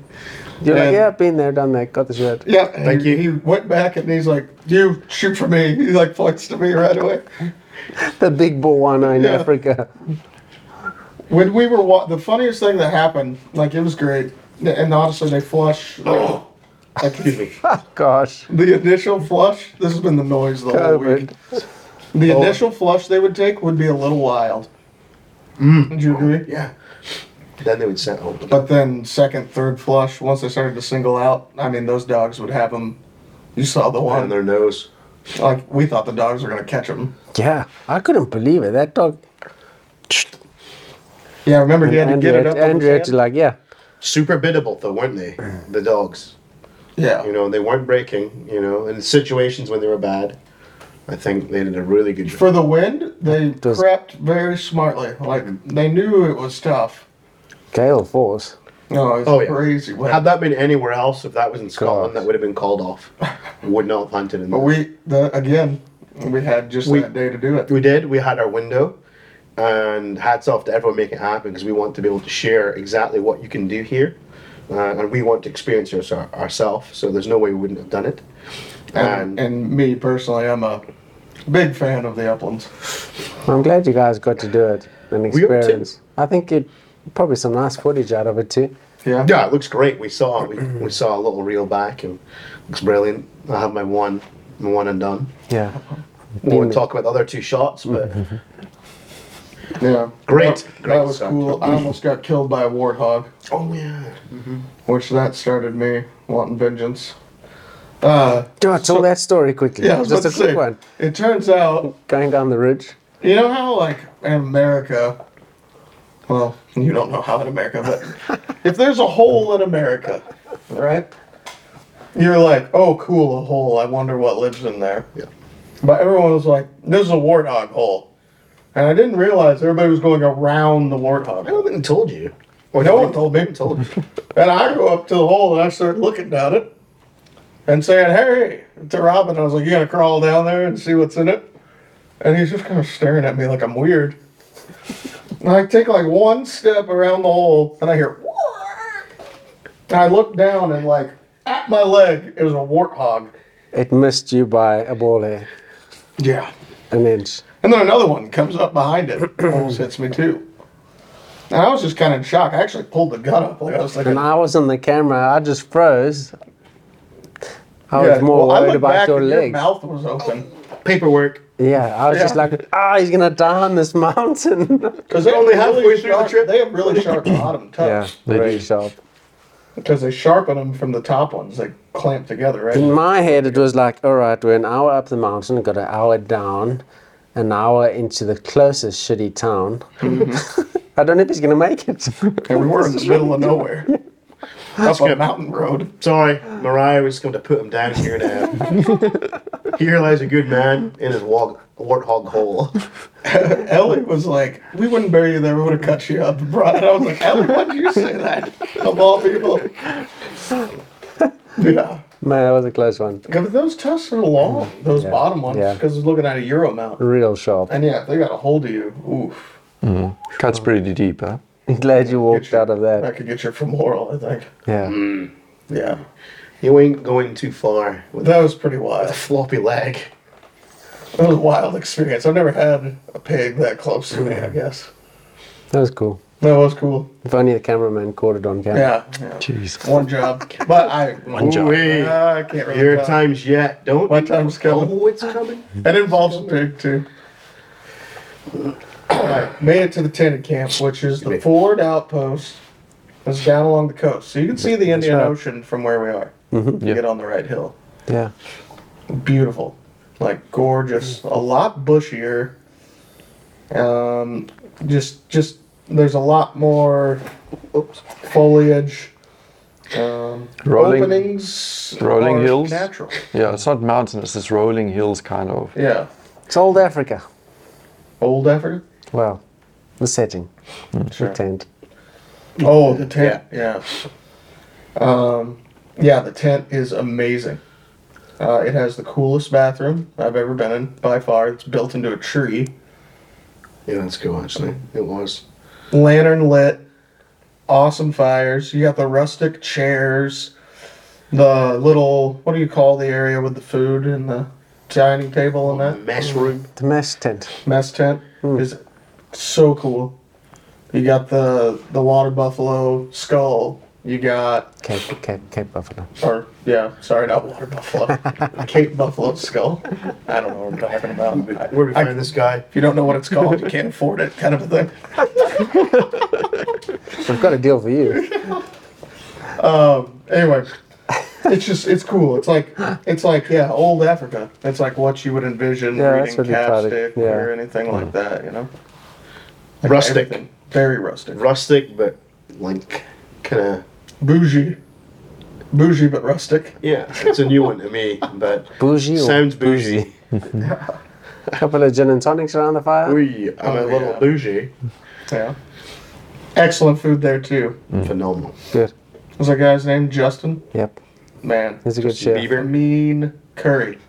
You're like, And- yeah, I've been there, done that, got the shirt. Yeah, and Thank he- you. He went back and he's like, "You shoot for me." He like points to me right away. The big Bowana in Yeah. Africa. When we were wa- the funniest thing that happened, like it was great, and honestly, they flush. Like, Excuse me. Gosh. the initial flush. This has been the noise the whole week. COVID. The initial flush they would take would be a little wild. Would you agree? Yeah. Then they would settle. But then second, third flush, once they started to single out, I mean, those dogs would have them. You saw the On one. their nose. Like we thought the dogs were gonna catch them. Yeah, I couldn't believe it. That dog. Yeah, remember he had to Andrew, get it had, up. Andrew on had the to, sand? like, yeah. Super biddable though, weren't they? The dogs. yeah, You know, they weren't breaking, you know, in situations when they were bad. I think they did a really good job. For the wind, they was- crept very smartly. Like they knew it was tough. Gale force. No, it's Oh, yeah. crazy. wind. Had that been anywhere else, if that was in Scotland, God. that would have been called off. would not have hunted in But there. we, the, again, we had just We- that day to do it. We did. We had our window. and hats off to everyone making it happen because we want to be able to share exactly what you can do here, uh, and we want to experience this our, ourselves. So there's no way we wouldn't have done it. And, and me personally, I'm a big fan of the uplands. I'm glad you guys got to do it and We ought to. experience. I think it probably some nice footage out of it too. Yeah. Yeah, it looks great. We saw we, we saw a little reel back and it looks brilliant. I have my one my one and done. Yeah. We'll Been- talk about the other two shots, but Yeah. Great, That, great that was stuff. cool. I almost got killed by a warthog, oh yeah, which that started me wanting vengeance. Uh, Dude, tell that story quickly. yeah, I was just a about to quick say, one. It turns out Going down the ridge. You know how, like, in America, well, you don't know how in America, but if there's a hole in America, right? You're like, oh, cool, a hole. I wonder what lives in there. Yeah. But everyone was like, this is a warthog hole. And I didn't realize everybody was going around the warthog. I hole. haven't told you. Or No one told me. Told you. And I go up to the hole and I start looking down it and saying, Hey, to Robin, I was like, You gotta crawl down there and see what's in it. And he's just kind of staring at me like I'm weird. And I take like one step around the hole and I hear, "Warp." and I look down and like at my leg, it was a warthog. It missed you by a ball hair, Yeah. an inch. And then another one comes up behind it, almost hits me too. And I was just kind of in shock. I actually pulled the gun up. Like I was like, And I was on the camera. I just froze. I was Yeah, more well, I worried looked about back your and legs. mouth was open. Paperwork. Yeah, I was just Yeah. like, ah, he's gonna die on this mountain. Because they only have halfway really through the sharp- trip. They have really sharp bottom Yeah, tops they Very do. sharp. because they sharpen them from the top ones. They clamp together, right? In my head, it was like, all right, we're an hour up the mountain, got an hour down, an hour into the closest shitty town. I don't know if he's gonna make it. and we were in the middle of nowhere, up a good. mountain road. Sorry, Mariah was going to put him down here now. here lies a good man in his wog, warthog hole. Ellie was like, "We wouldn't bury you there. We would have cut you up and brought it." I was like, "Ellie, why'd you say that?" Of all people. Yeah, Man, that was a close one. because those tusks are long. Those Yeah, bottom ones, yeah. because it's looking at a euro mount. Real sharp. And yeah, if they got a hold of you, oof, Cuts pretty deep, huh? I'm glad you Mm. walked out of that that. could get your femoral. I think. Yeah. Yeah, You ain't going too far with that was pretty wild. a floppy leg. It was a wild experience. I've never had a pig that close to me, I guess. That was cool. That was cool. If only the cameraman caught it on camera. Yeah. yeah. Jeez. One job. But I one job. Ooh-wee. I can't really Your tell. time's yet. Don't. My time's coming. Oh, it's coming. It involves a pig too. Alright, made it to the tenant camp, which is the forward outpost. It's down along the coast. So you can see the Indian right. Ocean from where we are. You Yeah. get on the right hill. Yeah. beautiful, like gorgeous, a lot bushier. Um, just just there's a lot more oops, foliage. Um, Rolling- openings, rolling are hills. natural. Yeah, it's not mountainous, it's rolling hills kind of. Yeah, It's old Africa. old Africa. Well, the setting, Sure. the tent. Oh, the tent. Yeah. Um, yeah, the tent is amazing. Uh, it has the coolest bathroom I've ever been in by far. It's built into a tree. Yeah, that's cool. Actually, it was. lantern lit, awesome fires. You got the rustic chairs, the little what do you call the area with the food and the dining table and that mess room. The mesh tent. mess tent is so cool. You got the the water buffalo skull. You got Cape, Cape, Cape Buffalo. or yeah, sorry, not water buffalo, Cape buffalo skull. I don't know what I'm talking about. Where we find this guy? If you don't know what it's called, you can't afford it, kind of a thing. We've got a deal for you. anyway, it's just it's cool. It's like it's like yeah, old Africa. It's like what you would envision Yeah, reading that's what they tried to- Capstick yeah. or anything like that. You know, Like Rustic. everything. very rustic, Rustic, but like kind of. bougie, bougie but rustic. Yeah, it's a new one to me, but Bougie or sounds bougie. A couple of gin and tonics around the fire. We, I'm a Oh, little yeah. bougie. Yeah, excellent food there too. Phenomenal. Good. Was that guy's name Justin? Yep. Man, He's a good Justin chef. Bieber. mean curry.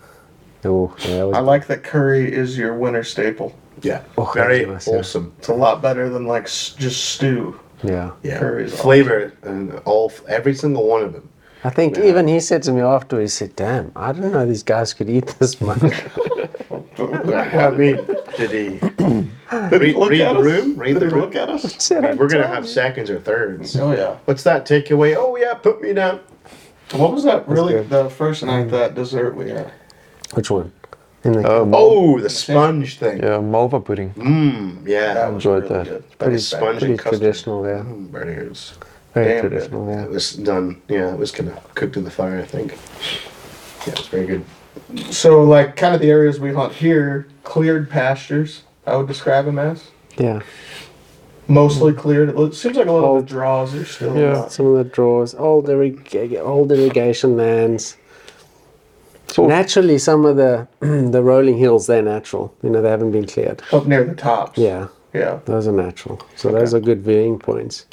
Oh, yeah, that was I like that curry is your winter staple. Yeah. Oh, Very that's nice, yeah. wholesome. It's a lot better than like s- just stew. Yeah. Yeah. Curry's awesome. Flavor and all every single one of them. I think even he said to me after, he said, Damn, I didn't know these guys could eat this much. I mean, did he read, Look read at the us. room? Read the Did he room. Look at us. Said, I mean, "I'm we're gonna telling have you." seconds or thirds. Oh yeah. What's that takeaway? Oh yeah, put me down. What was that really good. Mm. the first night that dessert we had? Which one? In the, Oh, mul- Oh, the sponge thing. yeah, malva pudding. Mmm. Yeah. That was Enjoyed really that. good. That was pretty, sponge pretty and custard. traditional, yeah. Mm, burgers. Very Damn good. traditional, yeah. It was done. Yeah, it was kind of cooked in the fire. I think. Yeah, it was very good. So like kind of the areas we hunt here, cleared pastures. I would describe them as Yeah. mostly cleared. It lo- seems like a lot Mm. Oh. of the draws are still. Yeah. not- Some of the drawers, old, irrig- old irrigation lands. It's all- Naturally, some of the the rolling hills they're natural. You know, they haven't been cleared. Up near the tops. Yeah, Yeah. those are natural. So those are good viewing points.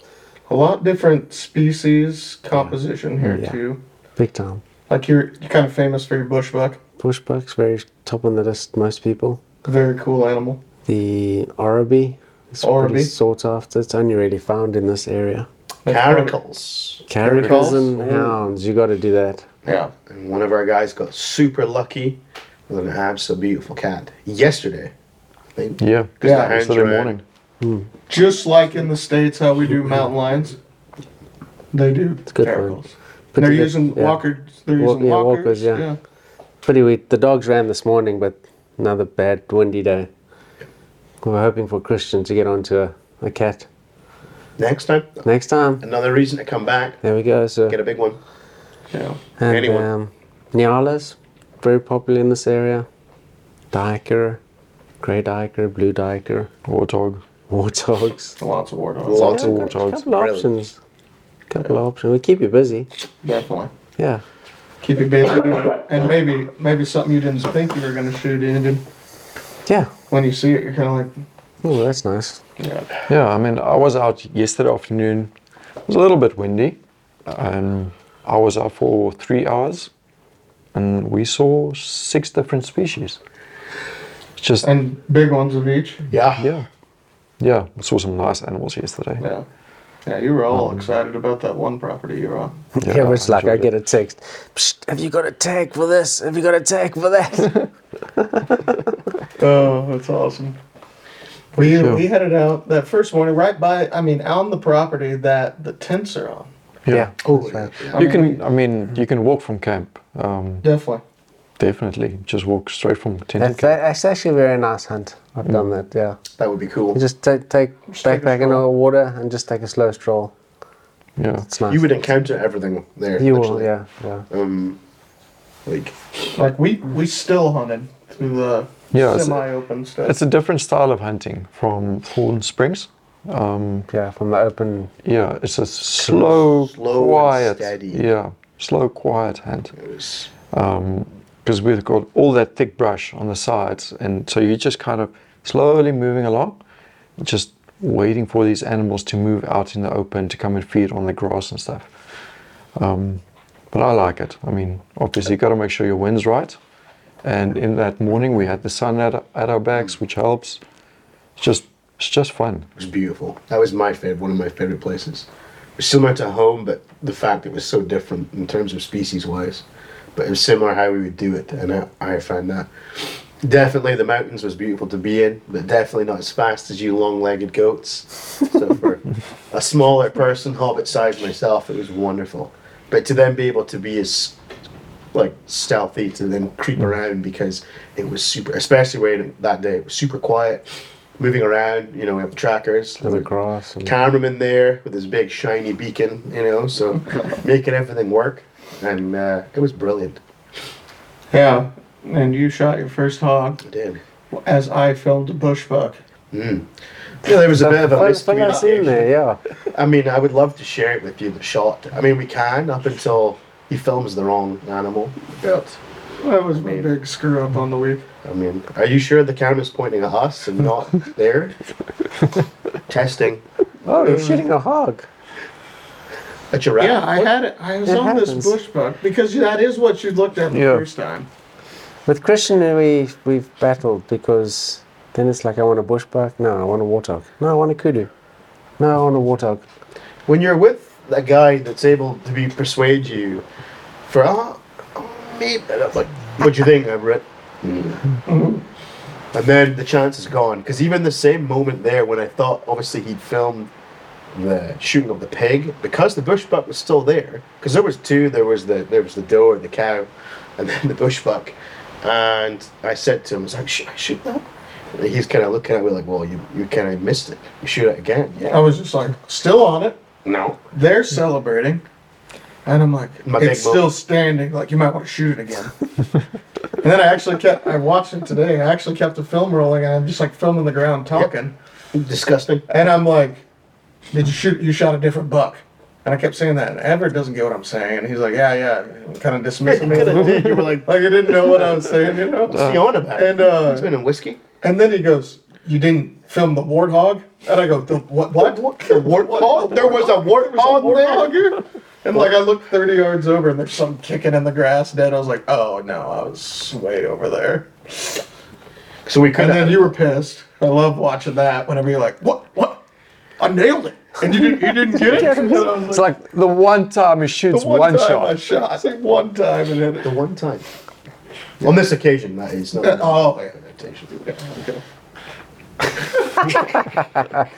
A lot different species composition here Yeah. too. Big time. Like you're you're kind of famous for your bushbuck. Bushbuck's very top on the list. Most people. Very cool animal. The Orobee. It's Orobee. pretty sought after. It's only really found in this area. That's Caracals. Caracals and Ooh. hounds. You got to do that. Yeah. And one of our guys got super lucky with an absolute beautiful cat yesterday. I think. Yeah, Because Yeah, the hounds yesterday were out. morning. Just like in the states, how we do mountain lions, they do a good caracals. But They're the- using yeah. walkers. They're Walk- using yeah, walkers. walkers, yeah. yeah. Pretty weak. The dogs ran this morning, but another bad, windy day. We were hoping for Christian to get onto a, a cat. Next time, Next time. another reason to come back, There we go. So get a big one. yeah. And Anyone. um, Nialas, very popular in this area. Diker, grey diker, blue diker, Warthog. warthogs. Lots of war dogs. Lots of Yeah, water. A warthogs. couple of options. couple of options. We keep you busy. Definitely. Yeah. Keep you busy, and maybe maybe something you didn't think you were gonna shoot ended. Yeah. When you see it, you're kind Oh, that's nice. of like, yeah, Yeah, I mean, I was out yesterday afternoon. It was a little bit windy. Um, I was out for three hours, and we saw six different species. It's just and big ones of each. Yeah. yeah, yeah. We saw some nice animals yesterday. Yeah, yeah. You were all excited about that one property you're on. Yeah, but it's like I enjoyed get a text. Psst, have you got a tag for this? Have you got a tag for that? Oh, that's awesome. We we headed out that first morning right by I mean on the property that the tents are on. Yeah. Oh, I You mean, can, I mean, you can walk from camp. Um, definitely. definitely, just walk straight from tent to that's, camp. that's actually a very nice hunt. I've done that. Yeah. that would be cool. You just take take take a backpack in the water and just take a slow stroll. Yeah, It's nice. You would encounter everything there. You will. literally. Yeah. Yeah. Um, like, Like we we still hunted through the Yeah, it's- semi-open stuff. it's a different style of hunting from Thorn Springs. Yeah, from the open. Yeah, it's a slow, slow and quiet, steady. yeah, slow, quiet hunt. it was, because we've got all that thick brush on the sides, and so you're just kind of slowly moving along, just waiting for these animals to move out in the open to come and feed on the grass and stuff. Um, but I like it. I mean, obviously you got to make sure your wind's right, and in that morning we had the sun at, at our backs, which helps. It's just it's just fun. it was beautiful. That was my favorite, one of my favorite places. It was similar to home, but the fact it was so different in terms of species wise, but it was similar how we would do it, and I, I find that definitely the mountains was beautiful to be in, but definitely not as fast as you long-legged goats. So for a smaller person, hobbit-sized myself, it was wonderful. But to then be able to be as like stealthy to then creep around because it was super, especially where that day it was super quiet, moving around. You know, we have trackers, The grass. And cameraman there with his big shiny beacon, you know, so making everything work. And uh, it was brilliant. yeah, and you shot your first hog It did. as I filmed a bushbuck. Yeah, there was a bit of a Oh, First thing I seen miscommunication. there, yeah. I mean, I would love to share it with you, the shot. I mean, we can up until he films the wrong animal. Yep. That was my big screw up on the week. I mean, are you sure the camera's pointing at us and not there? Testing. Oh, you're shooting a hog. A giraffe. Yeah, I had it. I was It on happens. this bushbuck because that is what you looked at the Yeah. first time. With Christian, we we've battled because Then it's like I want a bushbuck. No, I want a warthog. No, I want a kudu. No, I want a warthog. When you're with a guy that's able to be persuade you for ah, maybe like what do you think, Everett? And then the chance is gone because even the same moment there when I thought obviously he'd filmed the shooting of the pig because the bushbuck was still there because there was two there was the there was the doe and the cow and then the bushbuck and I said to him I was like should I shoot that And he's kind of looking at me like well you you kind of missed it you shoot it again I yeah was just like, still on it. no They're celebrating. And I'm like, My big it's still moment. standing. Like, you might want to shoot it again. and then I actually kept, I watched it today. I actually kept the film rolling and I'm just like filming the ground talking. disgusting And I'm like, did you shoot? You shot a different buck. And I kept saying that, and Everett doesn't get what I'm saying, and he's like, yeah, yeah, kind of dismissing me. like you were like I didn't know what I was saying, you know. What's he on about? And, uh, it's been in whiskey. And then he goes, you didn't film the warthog? And I go, the what? What? The warthog? There was a warthog there. And like I looked 30 yards over, and there's some kicking in the grass dead. I was like, oh no, I was way over there. So we could And then have. you were pissed. I love watching that. Whenever you're like, what? What? I nailed it. And you didn't, you didn't get it. And I was It's like the one time he shoots The one, time shot. I shot. I think one time and hit it. the one time. On this occasion, that is. Not Oh, yeah. yeah.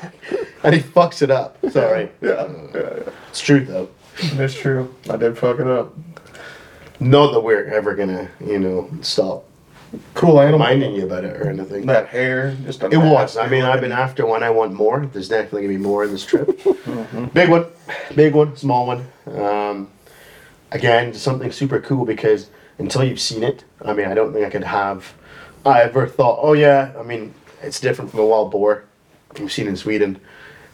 and he fucks it up. Sorry. Yeah, yeah, It's true, though. yeah. that's true. I did fuck it up. Not that we're ever going to, you know, stop Cool animal. reminding you about it or anything. That hair, just a It was. nasty I mean, I've been after one. I want more. There's definitely gonna be more in this trip. Mm-hmm. Big one, big one, small one. Um, again, something super cool because until you've seen it, I mean, I don't think I could have. I ever thought, oh yeah, I mean, it's different from a wild boar you've seen in Sweden,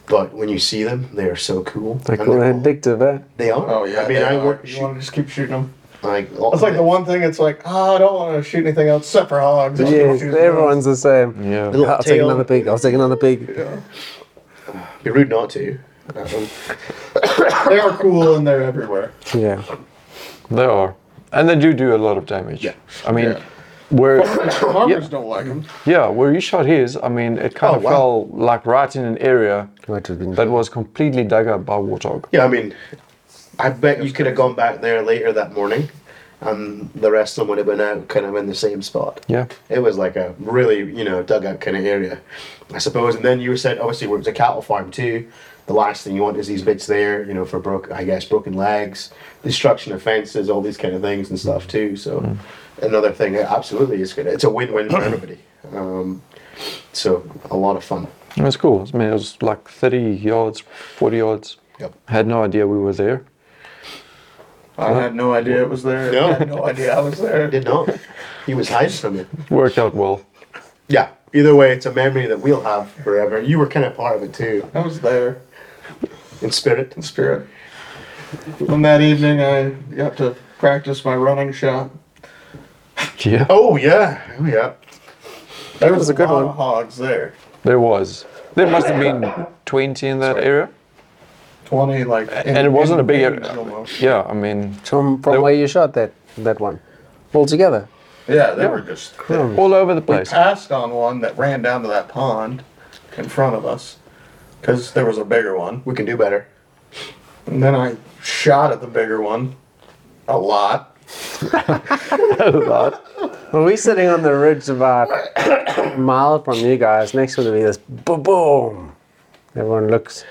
but when you see them, they are so cool. Like And they're- addictive, eh? they are. Oh yeah. I mean, they I are. work. You want to just keep shooting them? Like, That's like the one thing. It's like, oh, I don't want to shoot anything else except for hogs. I'll Yes, shoot everyone's the same. Yeah. Little I'll take tail. another pig. I'll take another pig. Be rude not to. Um, hogs. They are cool and they're everywhere. Yeah. They are. And they do do a lot of damage. Yeah. I mean, Yeah. where, Farmers don't like them. yeah, where you shot his, I mean, it kind Oh, of wow. fell like right in an area Might have been. that was completely dug up by warthog. Yeah, I mean, I bet you could have gone back there later that morning, and the rest of them would have been out kind of in the same spot. Yeah. It was like a really, you know, dugout kind of area, I suppose. And then you said, obviously, where it was a cattle farm too. The last thing you want is these bits there, you know, for broke, I guess, broken legs, destruction of fences, all these kind of things and stuff too. So, another thing, absolutely, it's good. It's a win-win for everybody. Um, so, a lot of fun. It was cool. I mean, it was like 30 yards, 40 yards. Yep. Had no idea we were there. I had no idea it was there. No. I had no idea I was there. Did not. He was hiding from you. Worked out well. Yeah. Either way, it's a memory that we'll have forever. You were kind of part of it too, I was there in spirit. in spirit. On that evening, I got to practice my running shot. Yeah. Oh yeah, oh yeah. There was, a good lot one. of hogs there. There was. There must have been 20 in that area. 20, like. in- And it wasn't a in big e- rings area. almost. Yeah, I mean, From, from They- where you shot that that one, all together. Yeah, they were just. all over the place. passed on one that ran down to that pond in front of us because there was a bigger one. We can do better. And then I shot at the bigger one a lot. Well, we're sitting on the ridge about a mile from you guys. Next would be this boom, boom. Everyone looks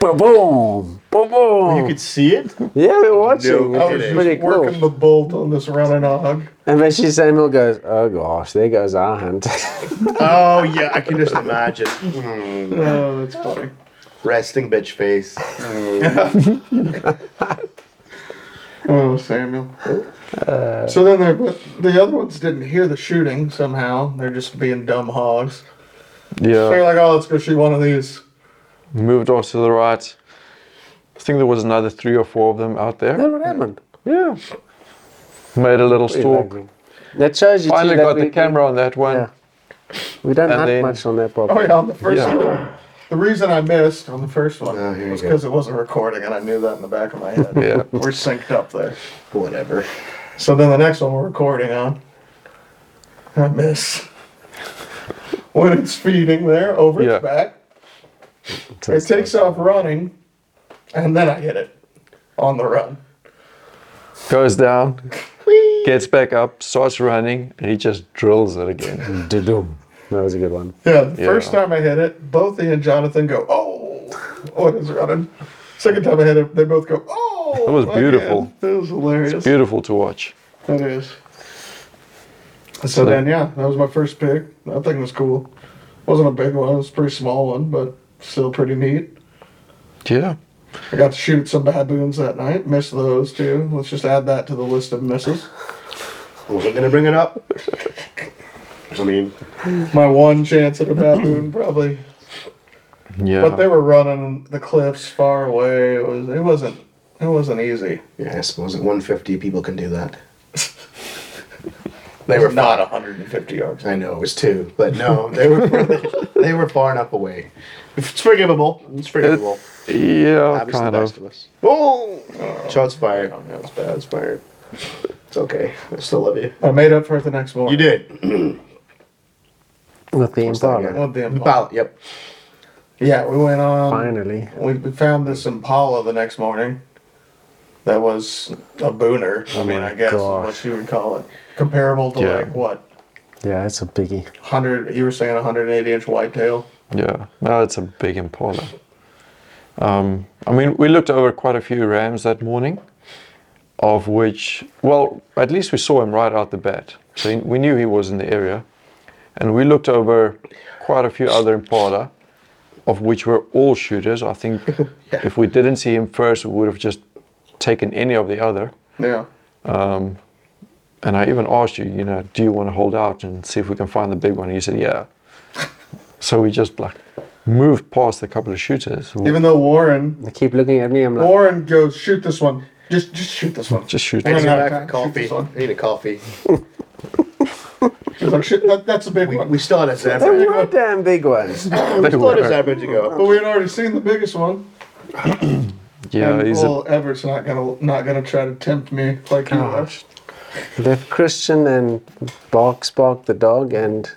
boom, boom, boom, boom. You could see it. yeah, we were watching. I it was was Oh, just pretty cool. working the bolt on this running hog. And then she Samuel goes, "Oh gosh, there goes our hunt." Oh yeah, I can just imagine. Mm, Oh, that's funny. Resting bitch face. Oh, Samuel. so then they're, but the other ones didn't hear the shooting somehow. They're just being dumb hogs. So they're Yeah. like, oh, let's go shoot one of these. Moved off to the right. I think there was another three or four of them out there. That's what happened. Yeah. Made a little stalk. That shows you. too, Finally that got we, the camera on that one. Yeah. We don't And hunt then- much on that property. Oh, yeah, on the first Yeah. one. The reason I missed on the first one Oh, here you was go. because it wasn't recording and I knew that in the back of my head. Yeah. We're synced up there. Whatever. So then the next one we're recording on, I miss. when it's feeding there over Yeah. its back. It's It takes off running, and then I hit it on the run. Goes down, gets back up, starts running, and he just drills it again. Dudum. That was a good one. Yeah, the Yeah. first time I hit it, both he and Jonathan go, oh, when it's running. Second time I hit it, they both go, oh. That was again. beautiful. It was hilarious. Beautiful to watch. That is. So then, yeah, that was my first pig. That thing was cool. Wasn't a big one. It was a pretty small one, but still pretty neat. Yeah. I got to shoot some baboons that night. Missed those too. Let's just add that to the list of misses. I wasn't gonna bring it up. I mean, My one chance at a baboon, probably. Yeah. But they were running the cliffs far away. It was. It wasn't. It wasn't easy. yeah, I suppose at 150 people can do that. They were not 150 yards. I know it was two, but no, they were they were far enough away. It's forgivable. It's forgivable. yeah, Obviously, kind the best of. of us. Oh, shots fired. That was That bad. was fired. It's okay. I still love you. I made up for it the next morning. You did. With again? the Impala. With the Impala. Ballot. Yep. Yeah, we went on. Finally. We we found this Impala the next morning. That was a booner. I mean, my I guess is gosh. what you would call it. Oh Comparable to Yeah. like what Yeah, it's a biggie. hundred? You were saying 180 inch whitetail. Yeah. No, it's a big Impala. Um, I mean, we looked over quite a few rams that morning, of which, well, at least we saw him right out the bat. So he- we knew he was in the area. And we looked over quite a few other Impala, of which were all shooters. I think if we didn't see him first, we would have just taken any of the other. Yeah. And I even asked you, you know, do you want to hold out and see if we can find the big one? And you said, yeah. so we just like moved past a couple of shooters. Even though Warren, They keep looking at me. I'm like, Warren goes shoot this one. Just, just shoot this one. Just shoot. I need to Running out go of back for time. Shoot coffee. this I one. need a coffee. She's like, shoot, that, that's a big We, one. we still had a Oh. they zebra. were damn big ones. We still had a were. zebra to go. but we had already seen the biggest one. Yeah, and he's a, well, Everett's not gonna, not gonna try to tempt me like you are. Left Christian and Bark Spark the dog and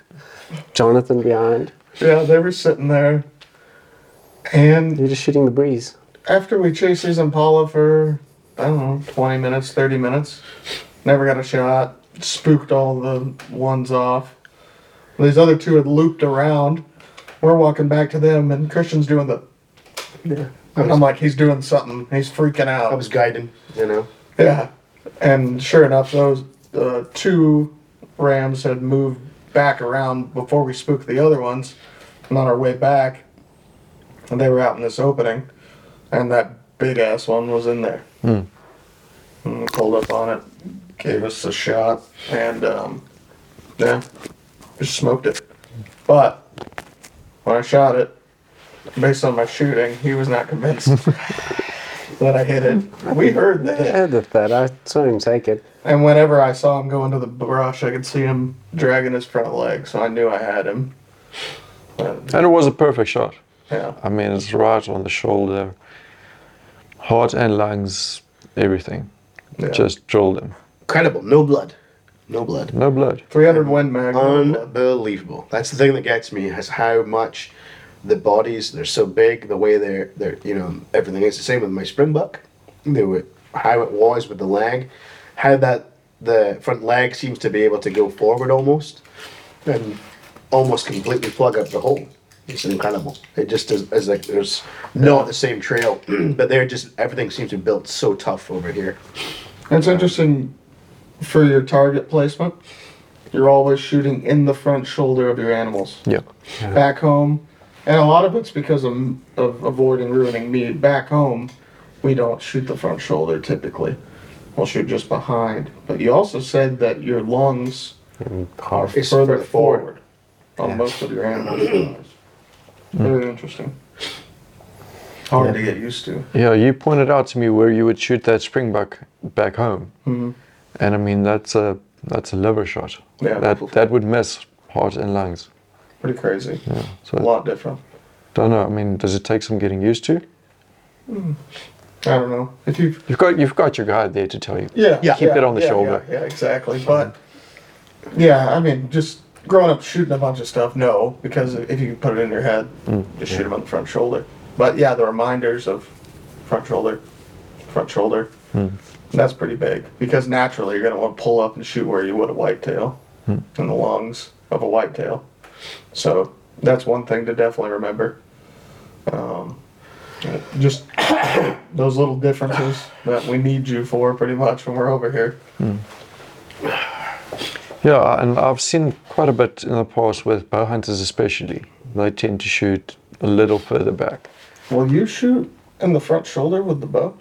Jonathan behind. Yeah, they were sitting there, and You're just shooting the breeze. after we chased these Impala for I don't know, twenty minutes, thirty minutes, never got a shot. Spooked all the ones off. These other two had looped around. We're walking back to them, and Christian's doing the. And I'm like, he's doing something. He's freaking out. I was guiding. You know. Yeah, and sure enough, those uh, two rams had moved back around before we spooked the other ones. And on our way back, and they were out in this opening, and that big ass one was in there. And we pulled up on it, gave us a shot, and um, yeah, just smoked it. But when I shot it, based on my shooting, he was not convinced that I hit it. We heard that. I had the third. I saw him take it. And whenever I saw him go into the brush, I could see him dragging his front leg, so I knew I had him. But, and it was a perfect shot. yeah, I mean, it's right on the shoulder, heart and lungs, everything. Yeah. Just drilled him. Incredible. No blood. No blood. No blood. 300 Win Mag. Unbelievable. That's the thing that gets me is how much the bodies they're so big, the way they're they're you know, everything is the same with my springbuck. They were how it was with the leg, how that the front leg seems to be able to go forward almost and almost completely plug up the hole. It's incredible. It just is, is like there's not the same trail, but they're just everything seems to be built so tough over here. It's interesting for your target placement. You're always shooting in the front shoulder of your animals. Yeah. Back home, and a lot of it's because of, of avoiding ruining meat. Back home, we don't shoot the front shoulder typically. We'll shoot just behind. But you also said that your lungs are Half. It's further further forward. forward on most of your animals. Very interesting. Hard to get used to. Yeah, you pointed out to me where you would shoot that springbuck back home. Mm-hmm. And I mean, that's a that's a liver shot. Yeah. That that would miss heart and lungs. Pretty crazy. A So lot different. don't know. I mean, does it take some getting used to? I don't know. If you You've got you've got your guide there to tell you. yeah, Keep it on the shoulder. Mm-hmm. Yeah, yeah, exactly. But yeah, I mean, just growing up shooting a bunch of stuff, no, because if you can put it in your head, Mm-hmm. just shoot 'em on the front shoulder. But yeah, the reminders of front shoulder, front shoulder, Mm-hmm. that's pretty big because naturally you're gonna want to pull up and shoot where you would a whitetail Mm-hmm. in the lungs of a whitetail. So that's one thing to definitely remember. Um, just those little differences that we need you for pretty much when we're over here. Yeah, and I've seen quite a bit in the past with bow hunters, especially. They tend to shoot a little further back. Will you shoot in the front shoulder with the bow?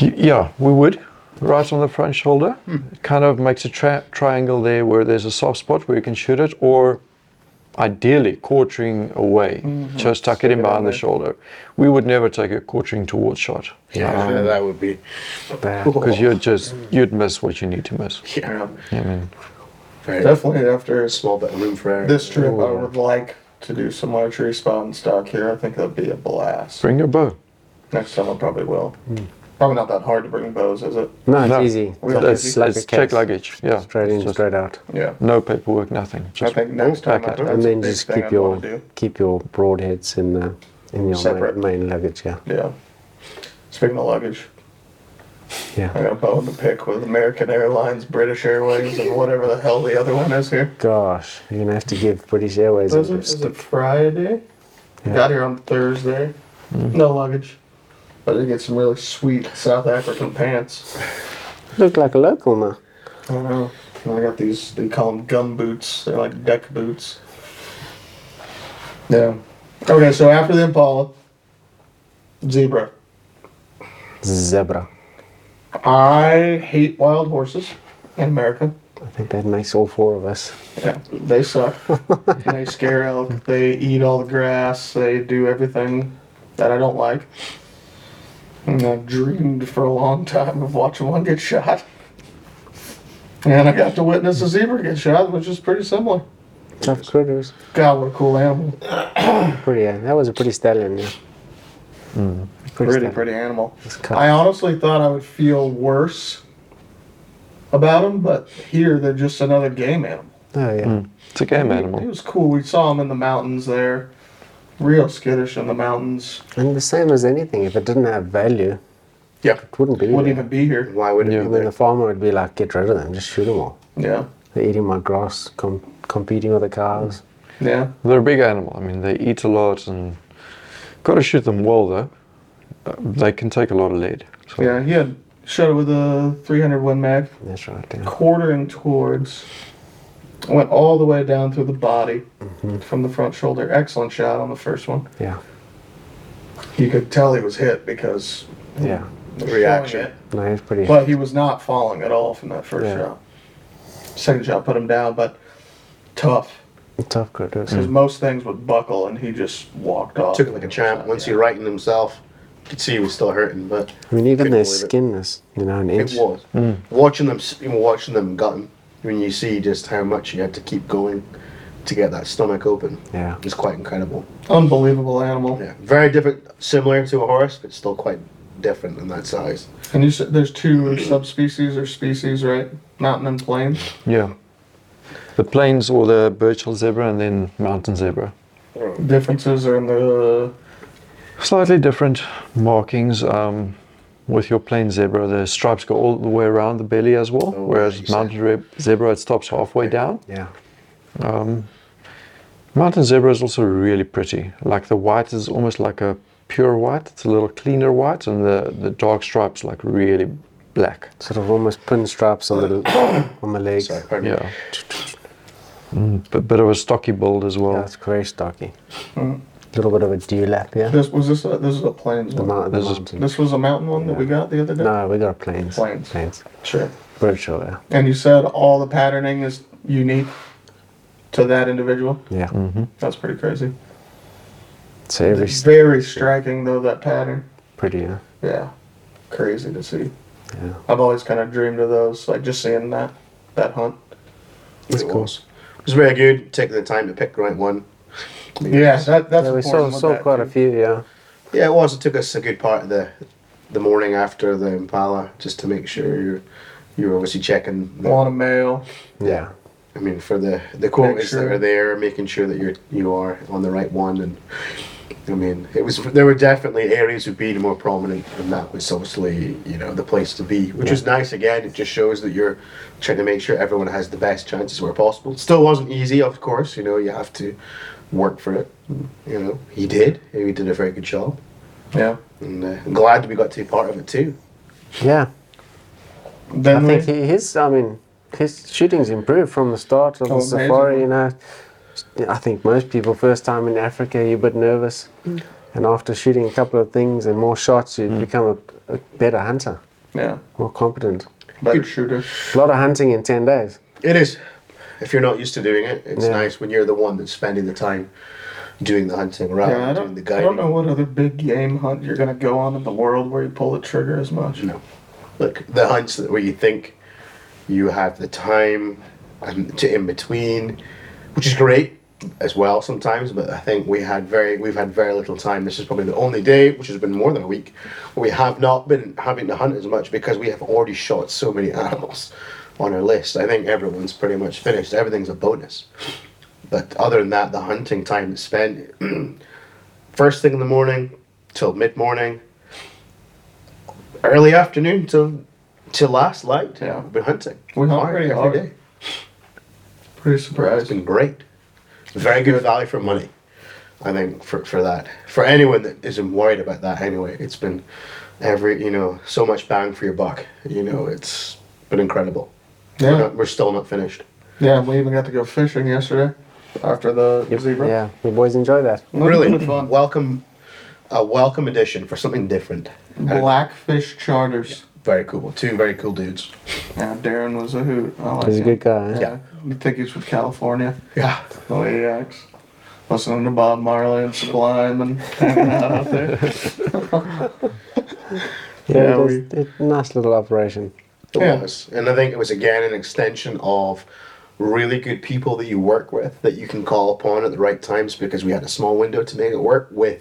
Y- Yeah, we would. Right on the front shoulder, Hmm. kind of makes a tra- triangle there where there's a soft spot where you can shoot it, or ideally quartering away, just tuck it in Mm-hmm. it behind in the there. shoulder. We would never take a quartering towards shot Yeah, that would be. Bad. because you'd just you'd miss what you need to miss. Yeah, I mean, very Definitely after a small bit of room for error. this trip, I would like to do some archery spot and stock here. I think that'd be a blast. bring your bow. Next time, I probably will. Probably not that hard to bring bows, is it? No, it's No. easy. Well, It's that's- It's, just like it's a check case. luggage. Yeah, Straight in, Just straight out. Yeah. no paperwork, nothing. I Just think next time, pack I, it. that's and a then big just thing keep I'd your wanna do. keep your broadheads in the in your Separate. main, main luggage. Yeah, Yeah. Speaking of luggage, I yeah. got a bow in the pick with American Airlines, British Airways, and whatever the hell the other one is here. Gosh, you're gonna have to give British Airways a Was it, is stick. it Friday? Got here on Thursday. No luggage. But I did get some really sweet South African pants. Look like a local now. I don't know. And I got these, they call them gum boots. They're like deck boots. Yeah. Okay, so after the Impala, zebra. Zebra. I hate wild horses in America. I think that makes all four of us. Yeah, they suck. they scare elk. They eat all the grass. They do everything that I don't like. And I dreamed for a long time of watching one get shot. And I got to witness a zebra get shot, which is pretty similar. Tough critters. God, what a cool animal. Pretty. Yeah. That was a pretty stallion. Yeah. Pretty, stallion. Mm. pretty animal. It's cut. I honestly thought I would feel worse about them, but here they're just another game animal. Oh yeah. Mm. It's a game He- animal. He was cool. We saw him in the mountains there. Real skittish in the mountains. And the same as anything. If it didn't have value, Yeah. it wouldn't be. Wouldn't there. even be here. Why would it Yeah. I be mean, there? the farmer would be like, get rid of them. Just shoot them all. Yeah. They're eating my grass, com- competing with the cows. Yeah. They're a big animal. I mean, they eat a lot and got to shoot them well though. Uh, They can take a lot of lead. So Yeah. He had shot it with a 300 Win Mag, That's right. Yeah. quartering towards. Went all the way down through the body Mm-hmm. from the front shoulder. Excellent shot on the first one. yeah. You could tell he was hit because Yeah. the Reaction. No, it's pretty. But he was not falling at all from that first Yeah. shot. Second shot put him down, but tough. tough critters. Because most things would buckle, and he just walked off. Mm. Took it like a champ. Once you're righting himself, you could see he was still hurting, but I mean, even Couldn't their believe it. skin is, you know, an it inch. was. Watching them, s- even watching them gut him, when you see just how much you had to keep going to get that stomach open, Yeah. it's quite incredible. Unbelievable animal. Yeah, very different, similar to a horse, but still quite different in that size. And you said there's Mm-hmm. two subspecies or species, right? Mountain and plain. yeah. The plains or the Birchall zebra and then mountain zebra. Differences are in the Slightly different markings. Um, with your plain zebra, the stripes go all the way around the belly as well, Oh, whereas nice. mountain re- zebra it stops halfway down. Yeah. Mountain zebra is also really pretty. Like the white is almost like a pure white. It's a little cleaner white, and the the dark stripes like really black. Sort of almost pinstripes on the on the legs. Sorry, pardon me. Yeah. But bit of a stocky build as well. Yeah, Oh, it's very stocky. A little bit of a dewlap, yeah. this was this a, this is a plains The, one. mount, the This is- mountain. This was a mountain one that we got the other day. No, we got planes. Plains. Planes. Sure. Virtual, yeah. And you said all the patterning is unique to that individual. Yeah. That's pretty crazy. So every It's very striking though that pattern. pretty, yeah. Yeah, crazy to see. Yeah. I've always kind of dreamed of those, like just seeing that that hunt. It was. It was very good, taking the time to pick the right one. Yeah, that, that's yeah we saw, important with saw that, quite a too. few, yeah. Yeah, it was. It took us a good part of the the morning after the Impala just to make sure you you were obviously checking. A lot of mail. Yeah. I mean, for the the quotas sure. that are there, making sure that you're you are on the right one, and I mean, it was there were definitely areas who being more prominent, and that was obviously you know the place to be, which is nice. Again, it just shows that you're trying to make sure everyone has the best chances where possible. Still wasn't easy, of course. You know, you have to work for it. You know, he did. He did a very good job, Yeah. and uh, I'm glad we got to be part of it too. Yeah, I Then think we, he, his. I mean, his shooting's improved from the start of Oh, the amazing. safari. You know, I think most people first time in Africa, you're a bit nervous, Mm. and after shooting a couple of things and more shots, you become a, a better hunter, yeah, more competent. better shooter. A lot of hunting in ten days. It is. If you're not used to doing it, it's Yeah. nice when you're the one that's spending the time doing the hunting rather Yeah, I than doing the don't, I guiding. don't know what other big game hunt you're gonna go on in the world where you pull the trigger as much. No. Look, the hunts that where you think you have the time and to in between, which is great as well sometimes. But I think we had very we've had very little time. This is probably the only day, which has been more than a week, where we have not been having to hunt as much because we have already shot so many animals on our list. I think everyone's pretty much finished. Everything's a bonus. But other than that, the hunting time is spent first thing in the morning till mid morning, early afternoon till till last light. Yeah. We've been hunting. We hunt Hard pretty every hard. day. Pretty It's surprised. been great. Very good value for money. I think for for that for anyone that isn't worried about that anyway, it's been every you know so much bang for your buck. You know it's been incredible. We're, Yeah, not, we're still not finished. yeah. We even got to go fishing yesterday after the zebra. Yeah, you boys enjoy that. Really fun. welcome a welcome addition for something different. Blackfish charters. Very cool. Two very cool dudes. Yeah, Darren was a hoot. I like He's a him. good guy. eh? Yeah, I think he's from California. Yeah. Oh, he acts. Listening to Bob Marley and Sublime and hanging out out there. Yeah, Yeah, it we- is- it- nice little operation. It Yeah. was. And I think it was again an extension of really good people that you work with that you can call upon at the right times because we had a small window to make it work with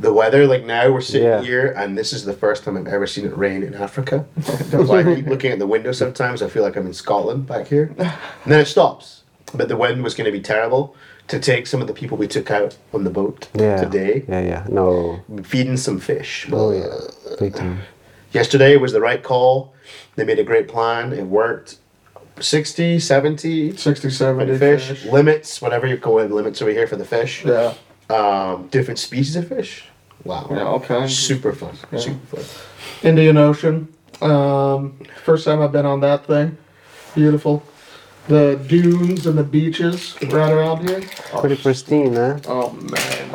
the weather. Like now we're sitting Yeah. here and this is the first time I've ever seen it rain in Africa. so I keep looking at the window sometimes. I feel like I'm in Scotland back here. And then it stops. But the wind was going to be terrible to take some of the people we took out on the boat Yeah. today, Yeah, yeah. No. feeding some fish. Oh yeah. Big time. Yesterday was the right call. They made a great plan. It worked. 60, 70 60, 70 fish, fish. limits, whatever you're going limits over here for the fish. Yeah. Um, different species of fish. Wow. Yeah, all kinds. Super fun. Yeah. Super fun. Indian Ocean. Um, first time I've been on that thing. Beautiful. The dunes and the beaches right around here. Pretty pristine, huh? Oh man,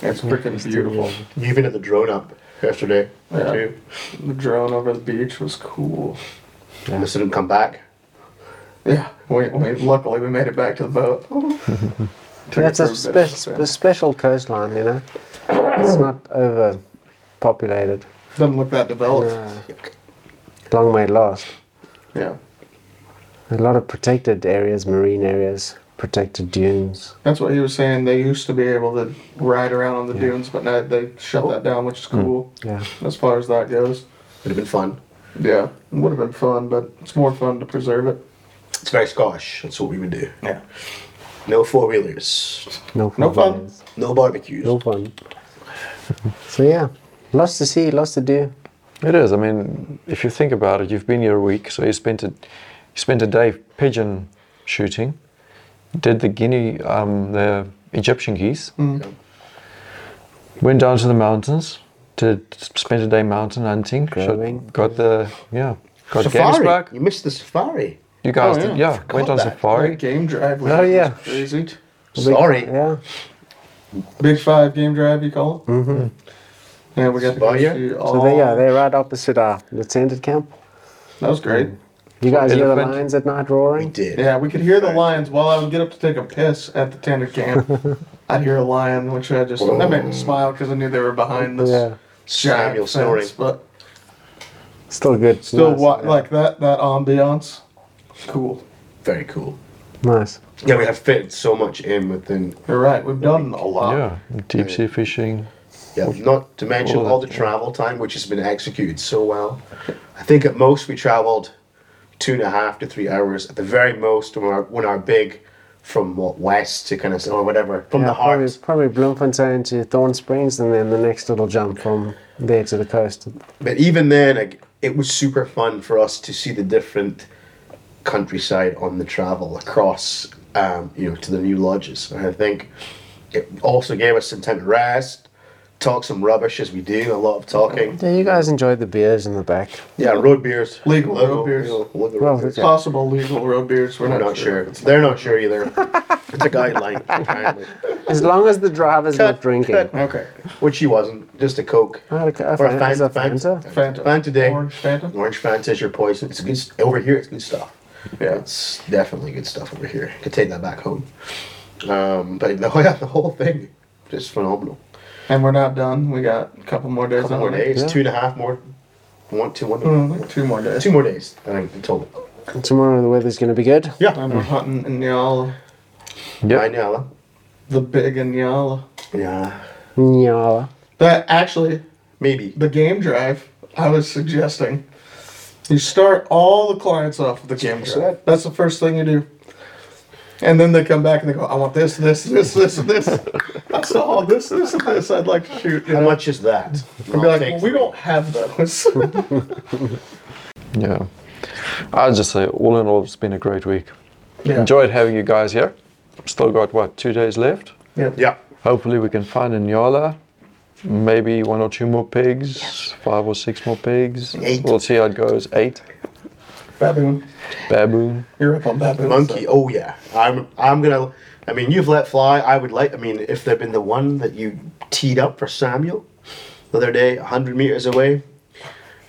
it's freaking beautiful. You even had the drone up yesterday. Yeah. Too. The drone over the beach was cool. And this didn't come back. Yeah, we, we luckily we made it back to the boat. Took That's it a, for bit. spe- sp- special coastline, you know. It's not overpopulated. Doesn't look that developed. Uh, long may it last. Yeah, A lot of protected areas, marine areas, protected dunes. that's what he was saying. They used to be able to ride around on the dunes, but now they shut that down, which is cool Yeah. as far as that goes. Would have been fun. Yeah, would have been fun, but it's more fun to preserve it. It's very Scottish. That's what we would do. Yeah. No four wheelers. No fun. No fun. areas. No barbecues. No fun. so yeah, lots to see, lots to do. It is. I mean, if you think about it, you've been here a week, so you spent a, you spent a day pigeon shooting, did the guinea, um, the Egyptian geese, Mm. Mm-hmm. went down to the mountains, did spent a day mountain hunting, shot- Growing. got the yeah, got Safari. Gamesberg. You missed the safari. You guys Oh, did yeah, went on that. That safari. game drive was Oh, yeah. was crazy. Sorry. Yeah. Big five game drive, you call it? Mm-hmm. Yeah, we got to go Savoia? see all. So there you are. They're right opposite our extended camp. That was great. You guys hear the Elephant. lions at night We roaring? did. Yeah, we could hear the lions while I would get up to take a piss at the tender camp. I'd hear a lion, which I just that made me smile because I knew they were behind this. Yeah. giant Oh. Samuel fence, snoring. but Still good. still, nice. wa- like that that ambiance, cool. Very cool. Nice. Yeah, we have fitted so much in within. You're right. We've done a lot. Yeah, deep sea fishing. Yeah, not to mention All all the that, travel time, which has been executed so well. I think at most we traveled two and a half to three hours at the very most when our, when our big from what west to kind of or whatever from Yeah, the probably, heart. probably Bloemfontein to Thorn Springs, and then the next little jump from there to the coast. But even then, like, it was super fun for us to see the different countryside on the travel across, um, you know, to the new lodges. And I think it also gave us some time to rest, talk some rubbish as we do, a lot of talking. Yeah, you guys enjoyed the beers in the back. Yeah, road beers, Legal road beers. legal road Well, beers. yeah. Possible legal road beers. We're We're not, not sure. They're not sure either. it's a guideline, apparently. As long as the driver's not drinking. Okay. Which he wasn't. Just a Coke. I had a, a, Or a fan- Fanta. is that Fanta? Fanta. Fanta Day. Orange Fanta. Orange Fanta is your poison. It's good. s- Over here, it's good stuff. Yeah, it's definitely good stuff over here. Could take that back home. Um, but the, yeah, the whole thing, just phenomenal. And we're not done. We got a couple more days. Couple on more it. days, Yeah. two and a half more, one, two, one, Mm, two more days. two more days. I think in total. Tomorrow the weather's going to be good. Yeah, And we're hunting in Yala, I Yep. know. the big in Yala. Yeah, Nyala. That actually, maybe. the game drive I was suggesting. You start all the clients off with the game drive. That's the first thing you do. And then they come back and they go, I want this, this, this, this, and this. I saw all this, this, and this I'd like to shoot. You How know? much is that? And be like, well, we don't have those. Yeah. I'll just say, all in all, it's been a great week. yeah. Enjoyed having you guys here. Still got, what, two days left? Yeah, Hopefully, we can find a Nyala. Maybe one or two more pigs, five or six more pigs. Eight. We'll see how it goes. Eight. Baboon. Baboon. You're up on baboon. monkey. Oh yeah, I'm. I'm gonna. I mean, you've let fly. I would like. I mean, if there'd been the one that you teed up for Samuel the other day, hundred meters away,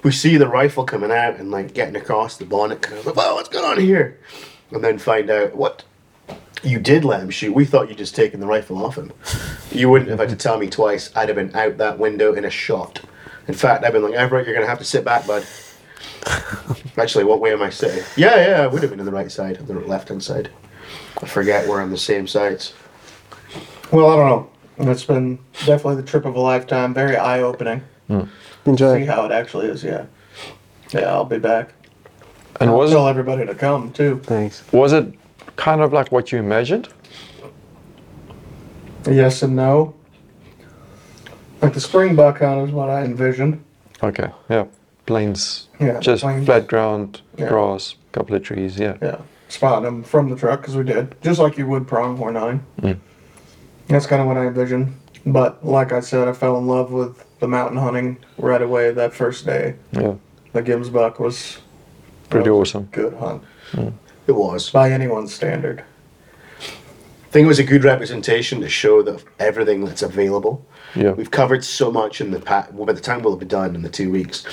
we see the rifle coming out and like getting across the bonnet. Kind of like, wow, what's going on here? And then find out what you did let him shoot. We thought you'd just taken the rifle off him. You wouldn't have had to tell me twice. I'd have been out that window in a shot. In fact, I've been like, Everett, you're gonna have to sit back, bud. Actually, what way am I sitting? Yeah, yeah, I would have been on the right side, on the left hand side. I forget we're on the same sides. Well, I don't know. It's been definitely the trip of a lifetime. Very eye opening. See Enjoy. how it actually is. Yeah. Yeah, I'll be back. And I'll was tell everybody to come too. Thanks. was it kind of like what you imagined? Yes and no. Like the spring buck hunt is what I envisioned. Okay. Yeah. Plains. Yeah, Just plains. flat ground, Yeah. grass, couple of trees. Yeah. Yeah, spotting them from the truck because we did, just like you would pronghorn hunting. Hmm. That's kind of what I envisioned. But like I said, I fell in love with the mountain hunting right away that first day. Yeah. The Gibbs buck was Pretty that was a awesome. Good hunt It was. by anyone's standard. I think it was a good representation to show that everything that's available. Yeah. We've covered so much in the pa- well, by the time we'll have been done in the two weeks.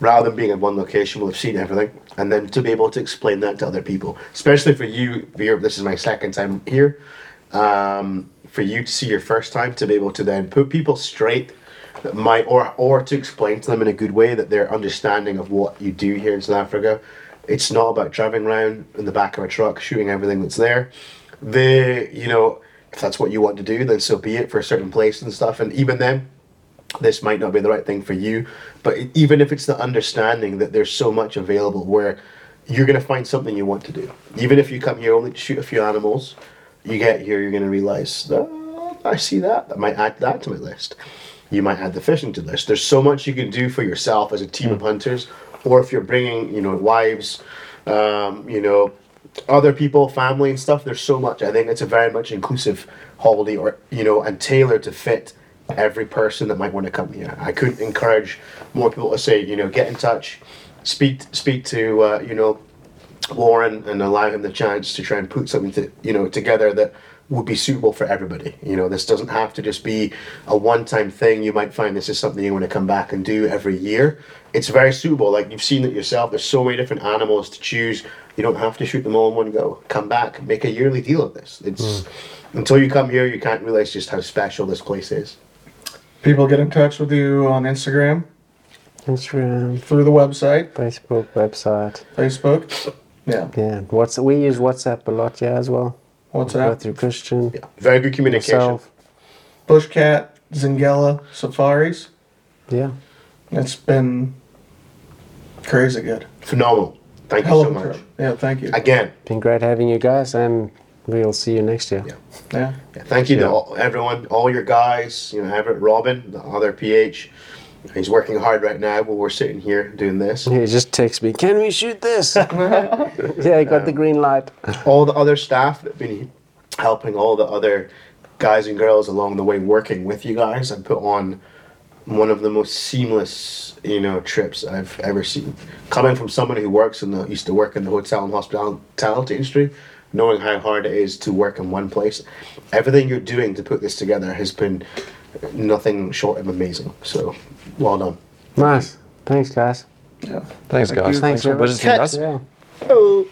Rather than being in one location, we'll have seen everything, and then to be able to explain that to other people, especially for you, Veer. This is my second time here. Um, for you to see your first time, to be able to then put people straight, that might or or to explain to them in a good way that their understanding of what you do here in South Africa, it's not about driving around in the back of a truck shooting everything that's there the you know if that's what you want to do then so be it for a certain place and stuff and even then this might not be the right thing for you but e- even if it's the understanding that there's so much available where you're going to find something you want to do even if you come here only to shoot a few animals you get here you're going to realize that i see that i might add that to my list you might add the fishing to the list there's so much you can do for yourself as a team of hunters or if you're bringing you know wives um, you know other people, family, and stuff. There's so much. I think it's a very much inclusive holiday, or you know, and tailored to fit every person that might want to come here. I could encourage more people to say, you know, get in touch, speak, speak to, uh, you know, Warren and allow him the chance to try and put something to you know together that would be suitable for everybody. You know, this doesn't have to just be a one-time thing. You might find this is something you want to come back and do every year. It's very suitable. Like you've seen it yourself. There's so many different animals to choose. You don't have to shoot them all in one go. Come back, make a yearly deal of this. It's until you come here, you can't realize just how special this place is. People get in touch with you on Instagram Instagram, through the website, Facebook, website. Facebook. Yeah. Yeah. What's we use WhatsApp a lot here as well. What's Go that? through Christian, Very good communication. myself. Bushcat, Zingela, Safaris. Yeah. It's been crazy good. Phenomenal. Thank you Hell so of a much. trip. Yeah, thank you. Again, Been great having you guys, and we'll see you next year. Yeah. yeah. Yeah, thank you to Yeah. all, everyone, all your guys. You know, Everett, Robin, the other PH. He's working hard right now while we're sitting here doing this. He just texts me, "Can we shoot this?" yeah, I got the green light. all the other staff that have been helping, all the other guys and girls along the way, working with you guys, and put on one of the most seamless, you know, trips I've ever seen. Coming from someone who works in the used to work in the hotel and hospitality industry, knowing how hard it is to work in one place, everything you're doing to put this together has been nothing short of amazing. So, well done. Nice. Thanks, guys. yeah. Thanks, guys. Thanks for very much. visiting us. Yeah. Oh.